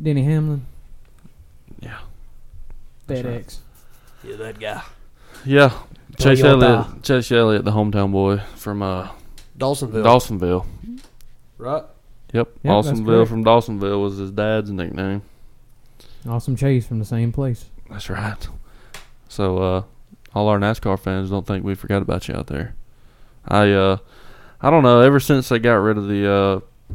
Denny Hamlin. Yeah. That's FedEx. right. Yeah, that guy. Yeah, Chase Toyota. Elliott. Chase Elliott, the hometown boy from uh, Dawsonville. Dawsonville. right? Yep, Yep, that's Dawsonville correct. from Dawsonville was his dad's nickname. Awesome Chase from the same place. That's right. So uh, all our NASCAR fans don't think we forgot about you out there. I uh, I don't know. Ever since they got rid of the, uh,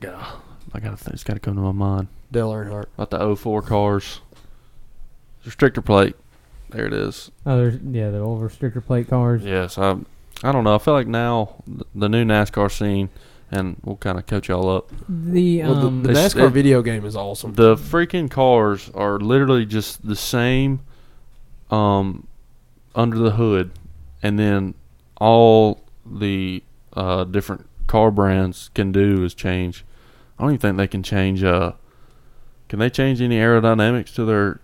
God, I gotta think, it's got to come to my mind Dale Earnhardt. about the 04 cars, restrictor plate. There it is. Oh, there's yeah, the old restrictor plate cars. Yes, I I don't know. I feel like now th- the new NASCAR scene, and we'll kind of catch y'all up. The Well, the, um, the It's- NASCAR it- video game is awesome. The freaking cars are literally just the same um, under the hood, and then all the uh, different car brands can do is change. I don't even think they can change. Uh, can they change any aerodynamics to their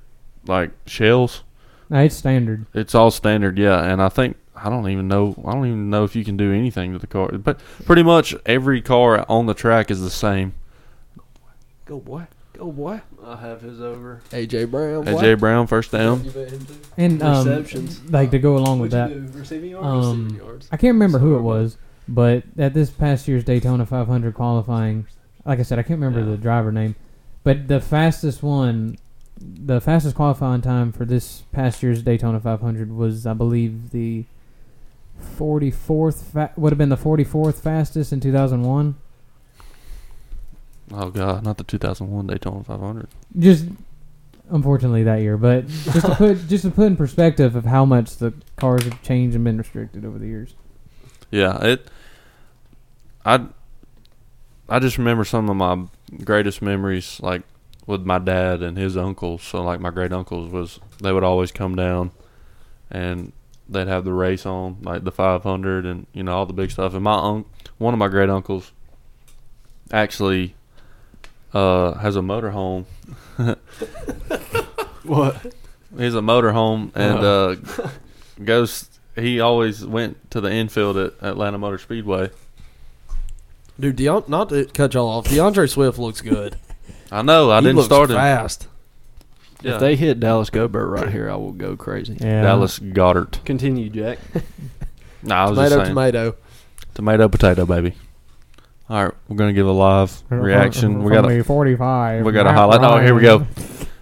like shells? no, it's standard. It's all standard, yeah. And I think I don't even know. I don't even know if you can do anything to the car. But pretty much every car on the track is the same. Go boy. Go boy. I have his over. AJ Brown. boy. AJ Brown first down. You bet him too. And um, Receptions. like to go along with that. receiving yards? Um, Receiving I can't remember who it was, but at this past year's Daytona 500 qualifying, like I said, I can't remember Yeah. the driver name, but the fastest one, the fastest qualifying time for this past year's Daytona 500 was, I believe, the 44th fa- would have been the 44th fastest in 2001. Oh God, not the 2001 Daytona 500. Just unfortunately that year, but just to put just to put in perspective of how much the cars have changed and been restricted over the years. Yeah, it. I. I just remember some of my greatest memories, like with my dad and his uncles. So, like my great uncles was they would always come down, and they'd have the race on, like the 500 and you know all the big stuff. And my unc, one of my great uncles, actually, uh, has a motorhome. *laughs* What? He's a motorhome and uh, goes. He always went to the infield at Atlanta Motor Speedway. Dude, Deon- not to cut y'all off. DeAndre Swift looks good. I know. I He didn't looks start him. fast. Yeah. If they hit Dallas Gobert right here, I will go crazy. Yeah. Dallas Goddard. Continue, Jack. Nah, I was Tomato, just saying. tomato. Tomato, potato, baby. All right, we're gonna give a live reaction. We got a 45. we got a highlight. Oh, here we go.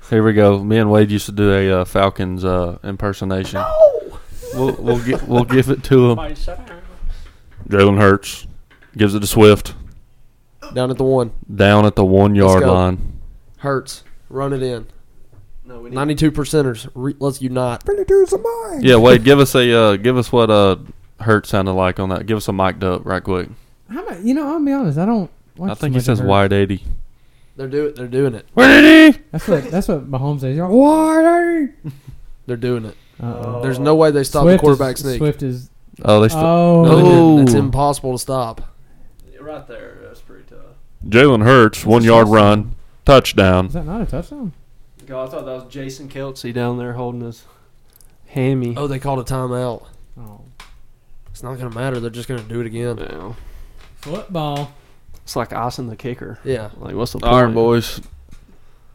Here we go. Me and Wade used to do a uh, Falcons uh, impersonation. We'll we'll, gi- we'll give it to him. Jalen Hurts gives it to Swift Down at the one. down at the one yard go. line. Hurts. Run it in. No, we Ninety-two percenters. Re- let's unite. Yeah, Wade, give us a uh, give us what uh Hurt sounded like on that. Give us a mic'd up right quick. I'm not, you know, I'll be honest. I don't. Watch I too think he much of says her. wide eighty. They're doing. They're doing it. Wide eighty. That's what that's what Mahomes says. He's like, Wide They're doing it. Uh-oh. There's no way they stop the quarterback is, sneak. Swift is. Oh, they still. Oh, No, they didn't. It's Oh. impossible to stop. right there. That's pretty tough. Jalen Hurts one yard run touchdown. is that not a touchdown? God, I thought that was Jason Kelsey down there holding his hammy. Oh, they called a timeout. Oh, It's not gonna matter. They're just gonna do it again. Yeah. football. It's like icing the kicker. Yeah. Like, what's the point? All right, boys.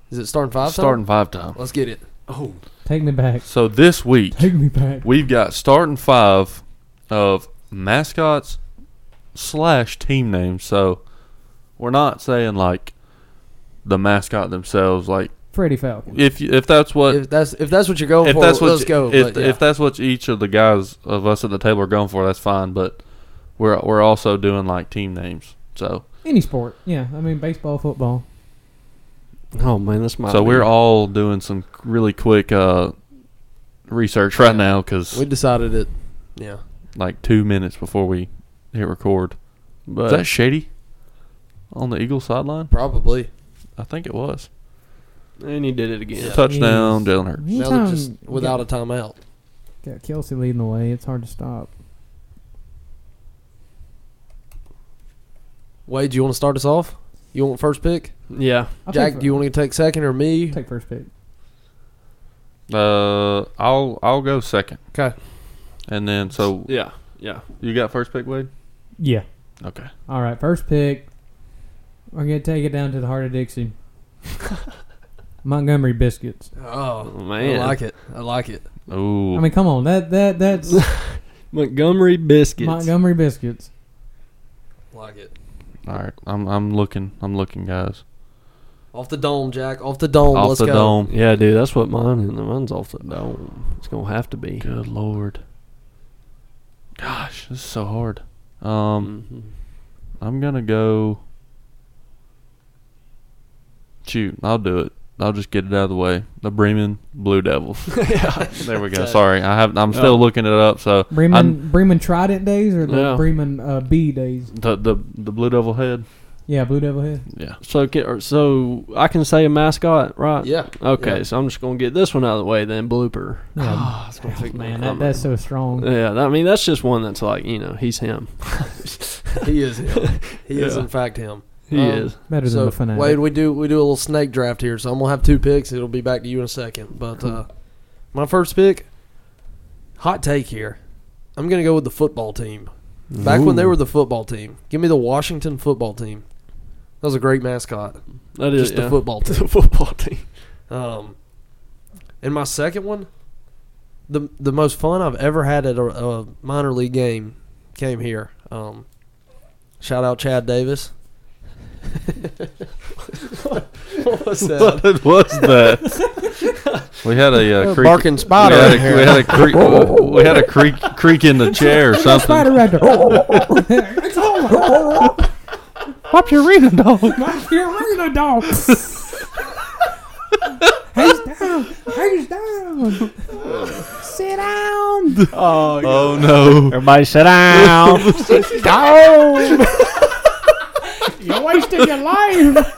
Is it starting five? time? starting five time. Let's get it. Oh, Take me back. *laughs* So this week Take me back. we've got starting five of mascots slash team names. So we're not saying like the mascot themselves. Like Freddie Falcon. if you, if that's what if that's if that's what you're going if for, that's what let's you- go. If, but, yeah. if that's what each of the guys of us at the table are going for, that's fine. But we're we're also doing like team names. So Any sport. Yeah, I mean baseball, football. oh man, this might. so be- we're all doing some really quick uh, research right now we because decided it. Yeah. like two minutes before we hit record. But Is that shady on the Eagles sideline? Probably. I think it was and he did it again. touchdown, Yes. Jalen Hurts. Now Anytime they're just you without a got, timeout. got Kelsey leading the way, it's hard to stop. Wade, do you want to start us off? You want first pick? Yeah. I'll Jack, take, do you want to take second or me? take first pick? Uh, I'll I'll go second, Okay. and then so Yeah. Yeah. you got first pick, Wade. Yeah. Okay. All right, first pick. We're gonna take it down to the heart of Dixie. Montgomery biscuits. Oh, Man. I like it. I like it. Ooh, I mean, come on, that that that's Montgomery biscuits. Montgomery biscuits. I like it. all right. I'm I'm looking. I'm looking, guys. Off the dome, Jack. Off the dome. Off Let's the go. dome. Yeah, dude, that's what mine and mine's off the dome. It's gonna have to be. Good lord. Gosh, this is so hard. Um, Um, I'm gonna go. Shoot, I'll do it. I'll just get it out of the way. The Bremen Blue Devils. yeah. There we go. Okay. Sorry, I have. I'm still Oh. looking it up. So Bremen I'm- Bremen Trident days or the Yeah. Bremen uh, B days? the the the Blue Devil head. Yeah, Blue Devil Head. Yeah. So, ca- or- so I can say a mascot, right? Yeah. Okay, Yeah. so I'm just gonna get this one out of the way then. Blooper. Yeah, Ah, it's gonna take man, that, that's so strong. Yeah, that- I mean that's just one that's like you know he's him. He is him. He is Yeah. in fact him. He Um, is. Better than So the fanatic. Wade, we do we do a little snake draft here. So I'm gonna have two picks. It'll be back to you in a second. But uh, my first pick, hot take here. I'm gonna go with the football team. Back when they Ooh. were the football team, give me the Washington football team. That was a great mascot. That is Just the yeah. *laughs* football team. The football team. Um, and my second one, the the most fun I've ever had at a, a minor league game came here. Um, shout out Chad *laughs* Davis. *laughs* what was that? *laughs* What was that? we had a uh, creak. Barking We spider had in a, here. we had a creak. we had a creak creak in the chair or There's a something. spider right there. It's all- My Purina *laughs* dog. My Carolina *laughs* dogs. Hands down. Hands down. Sit down. Oh, Oh no. everybody sit *laughs* down. sit down. You're wasting your life.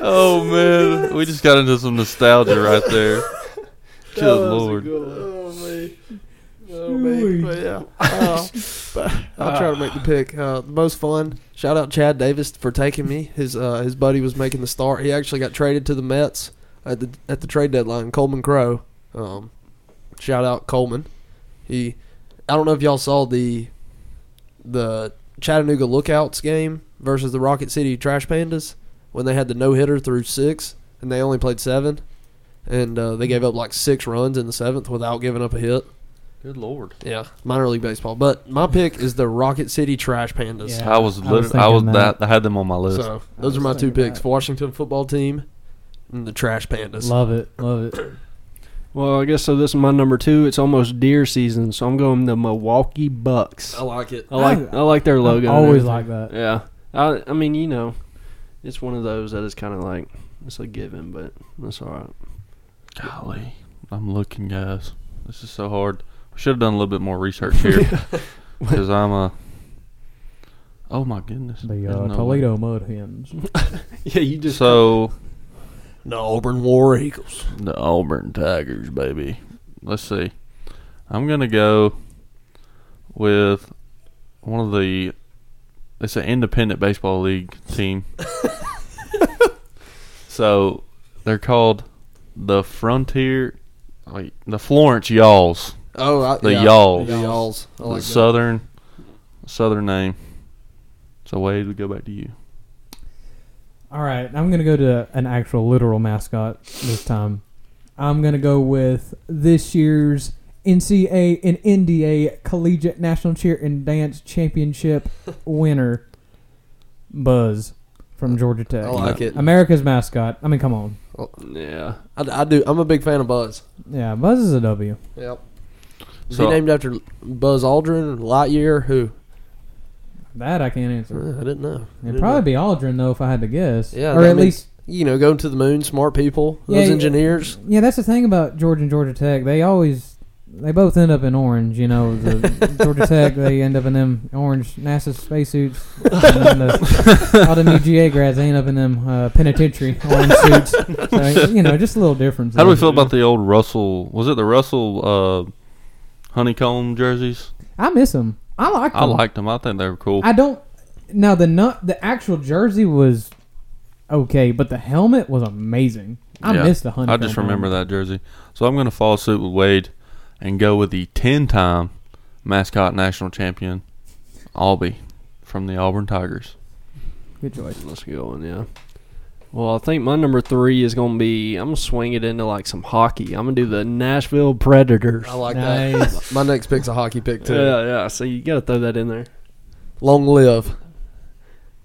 Oh man. We just got into some nostalgia right there. Good lord. *laughs* Oh, me. Oh, Ooh. me. But, yeah. Uh, but I'll try to make the pick. Uh, the most fun. Shout out Chad Davis for taking me. His uh, his buddy was making the start. He actually got traded to the Mets at the at the trade deadline. Coleman Crow. Um, shout out Coleman. He. I don't know if y'all saw the the Chattanooga Lookouts game versus the Rocket City Trash Pandas when they had the no hitter through six and they only played seven, and uh, they gave up like six runs in the seventh without giving up a hit. Good lord. Yeah, minor league baseball. But my pick is the Rocket City Trash Pandas. Yeah. I was I lit was I was thinking that. I had them on my list. so those I are my was two thinking picks: that. Washington football team and the Trash Pandas. Love it. Love it. *coughs* Well, I guess so. This is my number two. It's almost deer season, so I'm going the Milwaukee Bucks. I like it. I like I like their logo. I and always everything. like that. Yeah. I I mean you know, It's one of those that is kind of like it's a given, but that's all *laughs* right. Golly, I'm looking, guys. This is so hard. We should have done a little bit more research here *laughs* because I'm a. Oh my goodness. The there's uh, no way. Toledo Mud Hens. Yeah, you just So The Auburn War Eagles. the Auburn Tigers, baby. Let's see. I'm gonna go with one of the. It's an independent baseball league *laughs* team. so they're called the Frontier, like the Florence Yalls. Oh, I, The yeah, Yalls. The Yalls. I like that. southern, southern name. So Wade, we go back to you. All right, I'm gonna go to an actual literal mascot this time. I'm gonna go with this year's NCA and NDA Collegiate National Cheer and *laughs* Dance Championship winner, Buzz from Georgia Tech. I like it. America's mascot. I mean, come on. yeah. I, I do. I'm a big fan of Buzz. Yeah, Buzz is a W. Yep. Is So- he named after Buzz Aldrin, Lightyear? Who? That I can't Uh, answer. I didn't know. I It'd didn't probably be Aldrin though, if I had to guess. Yeah, or that at means- least know. You know, going to the moon, smart people, Yeah, those yeah. engineers. Yeah, that's the thing about Georgia and Georgia Tech. They always they both end up in orange. You know, the Georgia Tech they end up in them orange NASA spacesuits. And then the, all them UGA grads they end up in them uh, penitentiary orange suits. So, you know, just a little difference. How do we there. feel about the old Russell? Was it the Russell uh, honeycomb *clears throat* jerseys? I miss them. I like. Them. I liked them. I think they were cool. I don't. Now the nut the actual jersey was okay, but the helmet was amazing. I Yeah. missed the honey. I just remember that jersey. So I'm going to follow suit with Wade and go with the 10-time mascot national champion, Albie, from the Auburn Tigers. Good choice. Let's go on, yeah. Well, I think my number three is gonna be. I'm gonna swing it into like some hockey. I'm gonna do the Nashville Predators. I like Nice. that. My next pick's a hockey pick too. Yeah, yeah. So you gotta throw that in there. Long live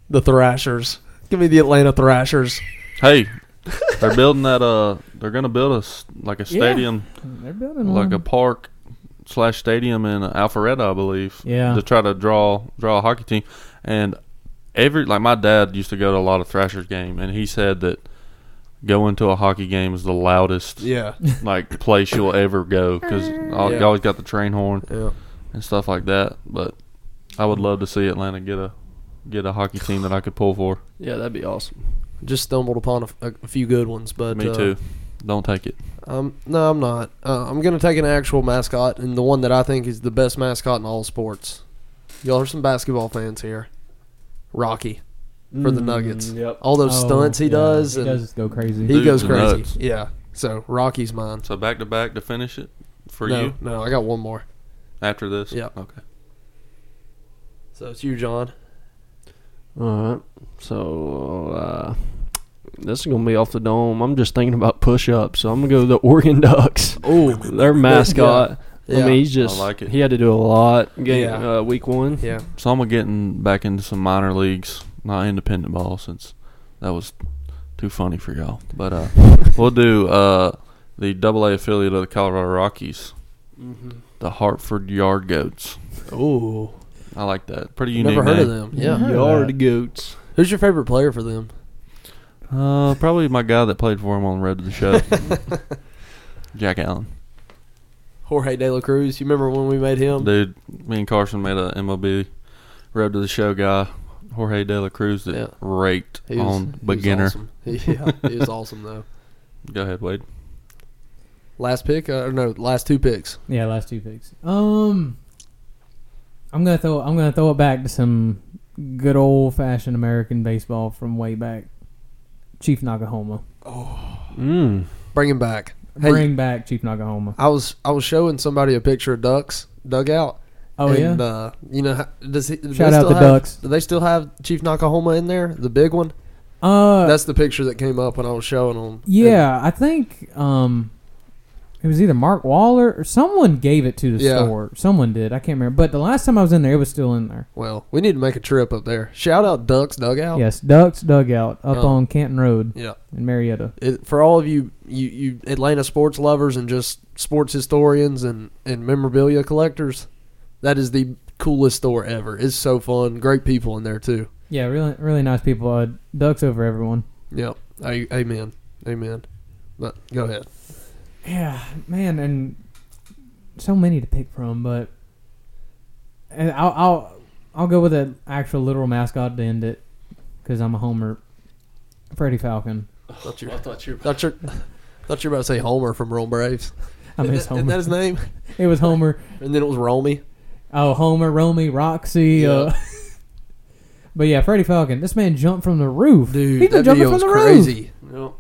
the Thrashers. Give me the Atlanta Thrashers. Hey, they're building that. Uh, they're going to build us like a stadium, They're building like one. a park slash stadium in Alpharetta, I believe. yeah. to try to draw draw a hockey team. And every like my dad used to go to a lot of Thrashers game, and he said that going to a hockey game is the loudest Yeah. like place you'll ever go because Yeah. you always got the train horn *laughs* Yeah. and stuff like that. But I would love to see Atlanta get a get a hockey team that I could pull for. Yeah, that'd be awesome. Just stumbled upon a, a few good ones, *sighs* but Me uh, too. Don't take it. Um, no, I'm not. Uh, I'm gonna take an actual mascot and the one that I think is the best mascot in all sports. Y'all are some basketball fans here. Rocky, For the Nuggets. Yep. all those Oh, stunts he yeah. does, He and does go crazy. he goes Dude's crazy. nuts. Yeah. So Rocky's mine. So back to back to finish it for no, you no, I got one more. after this. Yeah. Okay. So it's you, John. All right. So uh, this is gonna be off the dome. I'm just thinking about push-ups, so I'm gonna go the *laughs* Oregon Ducks. Oh, Their mascot. I *laughs* Yeah. mean, he's just I like it. he had to do a lot. Game Yeah. uh, week one. yeah. So I'm getting back into some minor leagues, not independent ball, since that was too funny for y'all. But *laughs* uh, we'll do uh, the Double A affiliate of the Colorado Rockies, Mm-hmm. the Hartford Yard Goats. Oh, I like that. Pretty unique. never heard of name. them. Yeah. Heard of that. Yard goats. Who's your favorite player for them? Uh, probably my guy that played for him on Red to the Show, Jack Allen. Jorge De La Cruz. You remember when we made him? Dude, me and Carson made a MLB Red to the Show guy, Jorge De La Cruz, that Yeah. raked He was- on he was beginner. awesome. *laughs* Yeah, he was awesome though. Go ahead, Wade. Last pick, uh, or no, last two picks. Yeah, last two picks. Um, I'm gonna throw I'm gonna throw it back to some good old fashioned American baseball from way back. Chief Nagahoma, Mm. Bring him back. Hey, bring back Chief Nagahoma. I was I was showing somebody a picture of ducks dugout. Oh and, yeah, uh, you know, ha- does he, do they Shout out still the have- Ducks. Do they still have Chief Nakahoma in there, the big one? uh, That's the picture that came up when I was showing them. yeah. I think um, it was either Mark Waller or someone gave it to the Yeah. store. Someone did. I can't remember. But the last time I was in there, it was still in there. well, we need to make a trip up there. Shout out Ducks dugout. Yes, Ducks dugout up Oh. on Canton Road Yeah. in Marietta. it, for all of you, you, you Atlanta sports lovers and just sports historians and, and memorabilia collectors, that is the coolest store ever. It's so fun. Great people in there too. Yeah, really, really nice people. Uh, ducks over everyone. Yep. I, amen. Amen. But go *sighs* ahead. Yeah, man, and so many to pick from, but and I'll I'll, I'll go with an actual literal mascot to end it because I'm a homer. Freddie Falcon. Thought you I thought you were thought *laughs* you thought you were about to say Homer from Rome Braves. I Isn't *laughs* miss that- isn't that Homer. his name? *laughs* It was Homer. And then it was Romy. Oh, Homer, Romy, Roxy. Uh, *laughs* but yeah, Freddie Falcon. This man jumped from the roof, Dude, He's been that jumping video from was the roof. crazy.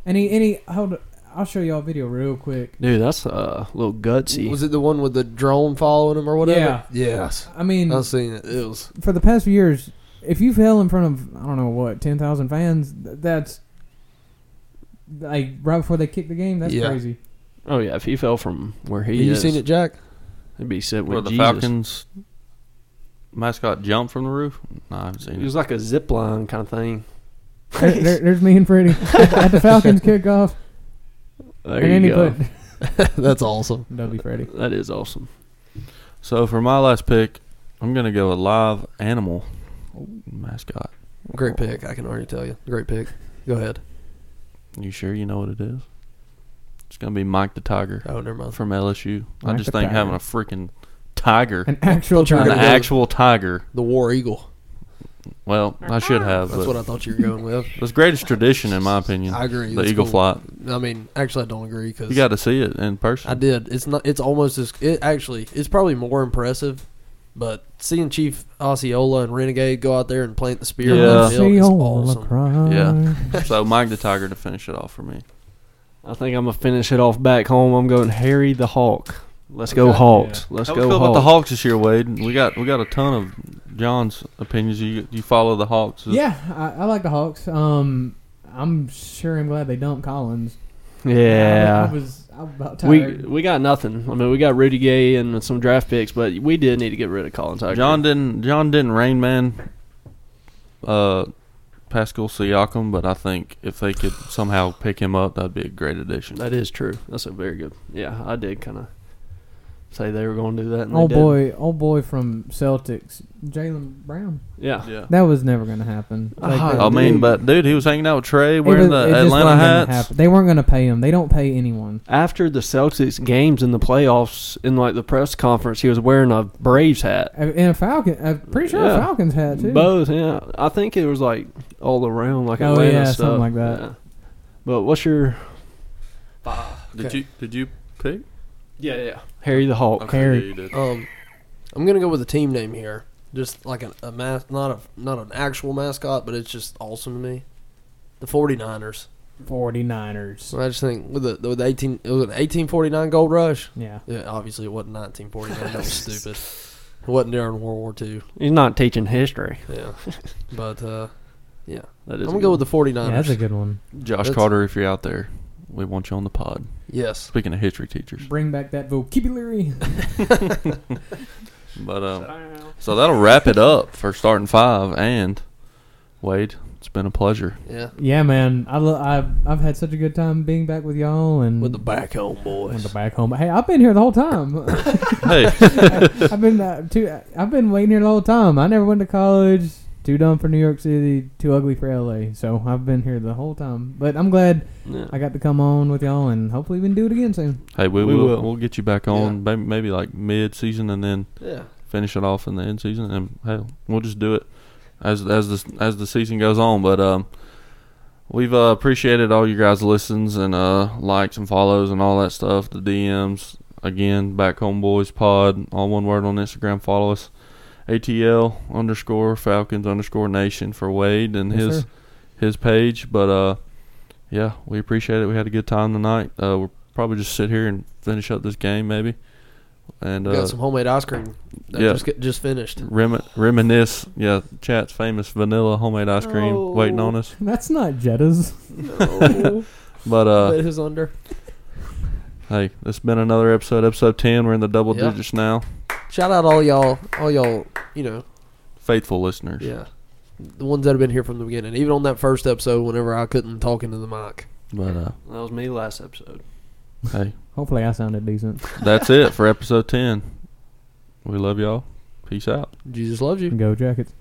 And he, and he, hold. I'll show y'all a video real quick. Dude, that's uh, a little gutsy. Was it the one with the drone following him or whatever? Yeah. Yes. I mean, I've seen it. It was for the past few years, if you fell in front of I don't know what ten thousand fans, th- that's like right before they kick the game. That's Yeah. *laughs* crazy. oh yeah, if he fell from where he Have you is, seen it, Jack? would be set Where with the Jesus. Falcons mascot jumped from the roof? No, I haven't It seen it. was like a zip line kind of thing. There- there- there's me and *laughs* Freddie at, at the Falcons kickoff, There and then you he go. *laughs* *laughs* put That's awesome. W Freddie. That is awesome. So for my last pick, I'm gonna go a live animal mascot. Great pick. I can already tell you. Great pick. Go ahead. You sure you know what it is? It's gonna be Mike the Tiger Oh, never mind. from LSU. I Mike just the think Tiger. having a freaking tiger, an An actual Thought you were tiger. gonna go- actual tiger. The War Eagle. Well, I should have. That's But what I thought you were *laughs* going with. it's the greatest tradition, in my opinion. I agree. the That's eagle cool. flight. I mean, actually, I don't agree because You got to see it in I person. did. It's not. It's almost as. It actually. It's probably more impressive. But seeing Chief Osceola and Renegade go out there and plant the spear Yeah. uh, on the field is awesome. Yeah. so Mike the Tiger to finish it off for me. I think I'm gonna finish it off back home. I'm going Harry the Hawk. Let's go Okay. Hawks. Let's How we go feel Hawks. about the Hawks this year, Wade? We got we got a ton of John's opinions. You you follow the Hawks? *laughs* Yeah, I, I like the Hawks. Um, I'm sure I'm glad they dumped Collins. I, I Yeah. was, I was about We tired. we got nothing. I mean, we got Rudy Gay and some draft picks, but we did need to get rid of Colin Tiger. John didn't John didn't Rain Man, uh, Pascal Siakam, but I think if they could somehow pick him up, that'd be a great addition. That is true. That's a very good. Yeah, I did kind of say they were going to do that. And they old didn't. Oh, boy, old boy from Celtics, Jalen Brown. Yeah. yeah. That was never going to happen. Ah, I mean, Dude. but dude, he was hanging out with Trey It wearing was- it the just Atlanta wasn't gonna hats. happen. They weren't going to pay him. They don't pay anyone. After the Celtics games in the playoffs, in like the press conference, he was wearing a Braves hat. Uh, And a Falcon, I'm pretty sure Yeah. a Falcons hat too. Both, yeah. I think it was like all around, like Oh, Atlanta yeah, stuff. something like that. Yeah. But what's your Did you did you pick? yeah yeah Harry the Oh, Hawk? Harry. you did. Um, I'm gonna go with a team name here. Just like an, a mas- not a not an actual mascot, but it's just awesome to me. The 49ers. 49ers. So I just think with the with the 18 it was an 1849 Gold Rush. Yeah. Yeah, obviously it wasn't 1949. that was stupid. It wasn't during World War II. He's not teaching history. *laughs* Yeah, but uh, yeah, That I'm is. gonna go with the 49ers. Yeah, that's a good one. Josh That's- Carter, if you're out there, we want you on the pod. yes. Speaking of history teachers, Bring back that vocabulary. but um, so that'll wrap it up for starting five. And Wade, it's been a pleasure. Yeah, *laughs* yeah, man. I lo- I've, I've had such a good time being back with y'all and with the back home boys. Mm. with the back home. Hey, I've been here the whole time. *laughs* Hey, I've been uh, too, I've been waiting here the whole time. I never went to college. Too dumb for New York City. Too ugly for LA. So I've been here the whole time. But I'm glad Yeah. I got to come on with y'all, and hopefully we can do it again soon. hey, we, We will. will. We'll get you back on maybe, maybe like mid season, and then yeah, finish it off in the end season, and hell, we'll just do it as as the as the season goes on. But um, we've uh, appreciated all you guys' listens and uh, likes and follows and all that stuff. The DMs again, back home boys pod, all one word on Instagram. Follow us, ATL underscore Falcons underscore Nation for Wade and Yes, his sir. his page. But uh, yeah, we appreciate it. We had a good time tonight. Uh, we'll probably just sit here and finish up this game maybe. And we uh, got some homemade ice cream. That yeah. just get, just finished. Remi- reminisce, yeah, chat's famous vanilla homemade ice cream Oh. No. waiting on us. That's not Jetta's. No, But uh, it is under. hey, it's been another episode, episode ten. We're in the double Yeah. digits now. Shout out all y'all, all y'all. You know, Faithful listeners, yeah, the ones that have been here from the beginning. Even on that first episode, whenever I couldn't talk into the mic. but uh, That was me last episode. hey, *laughs* Hopefully, I sounded decent. that's it for episode ten. We love y'all. Peace out. Jesus loves you. Go Jackets.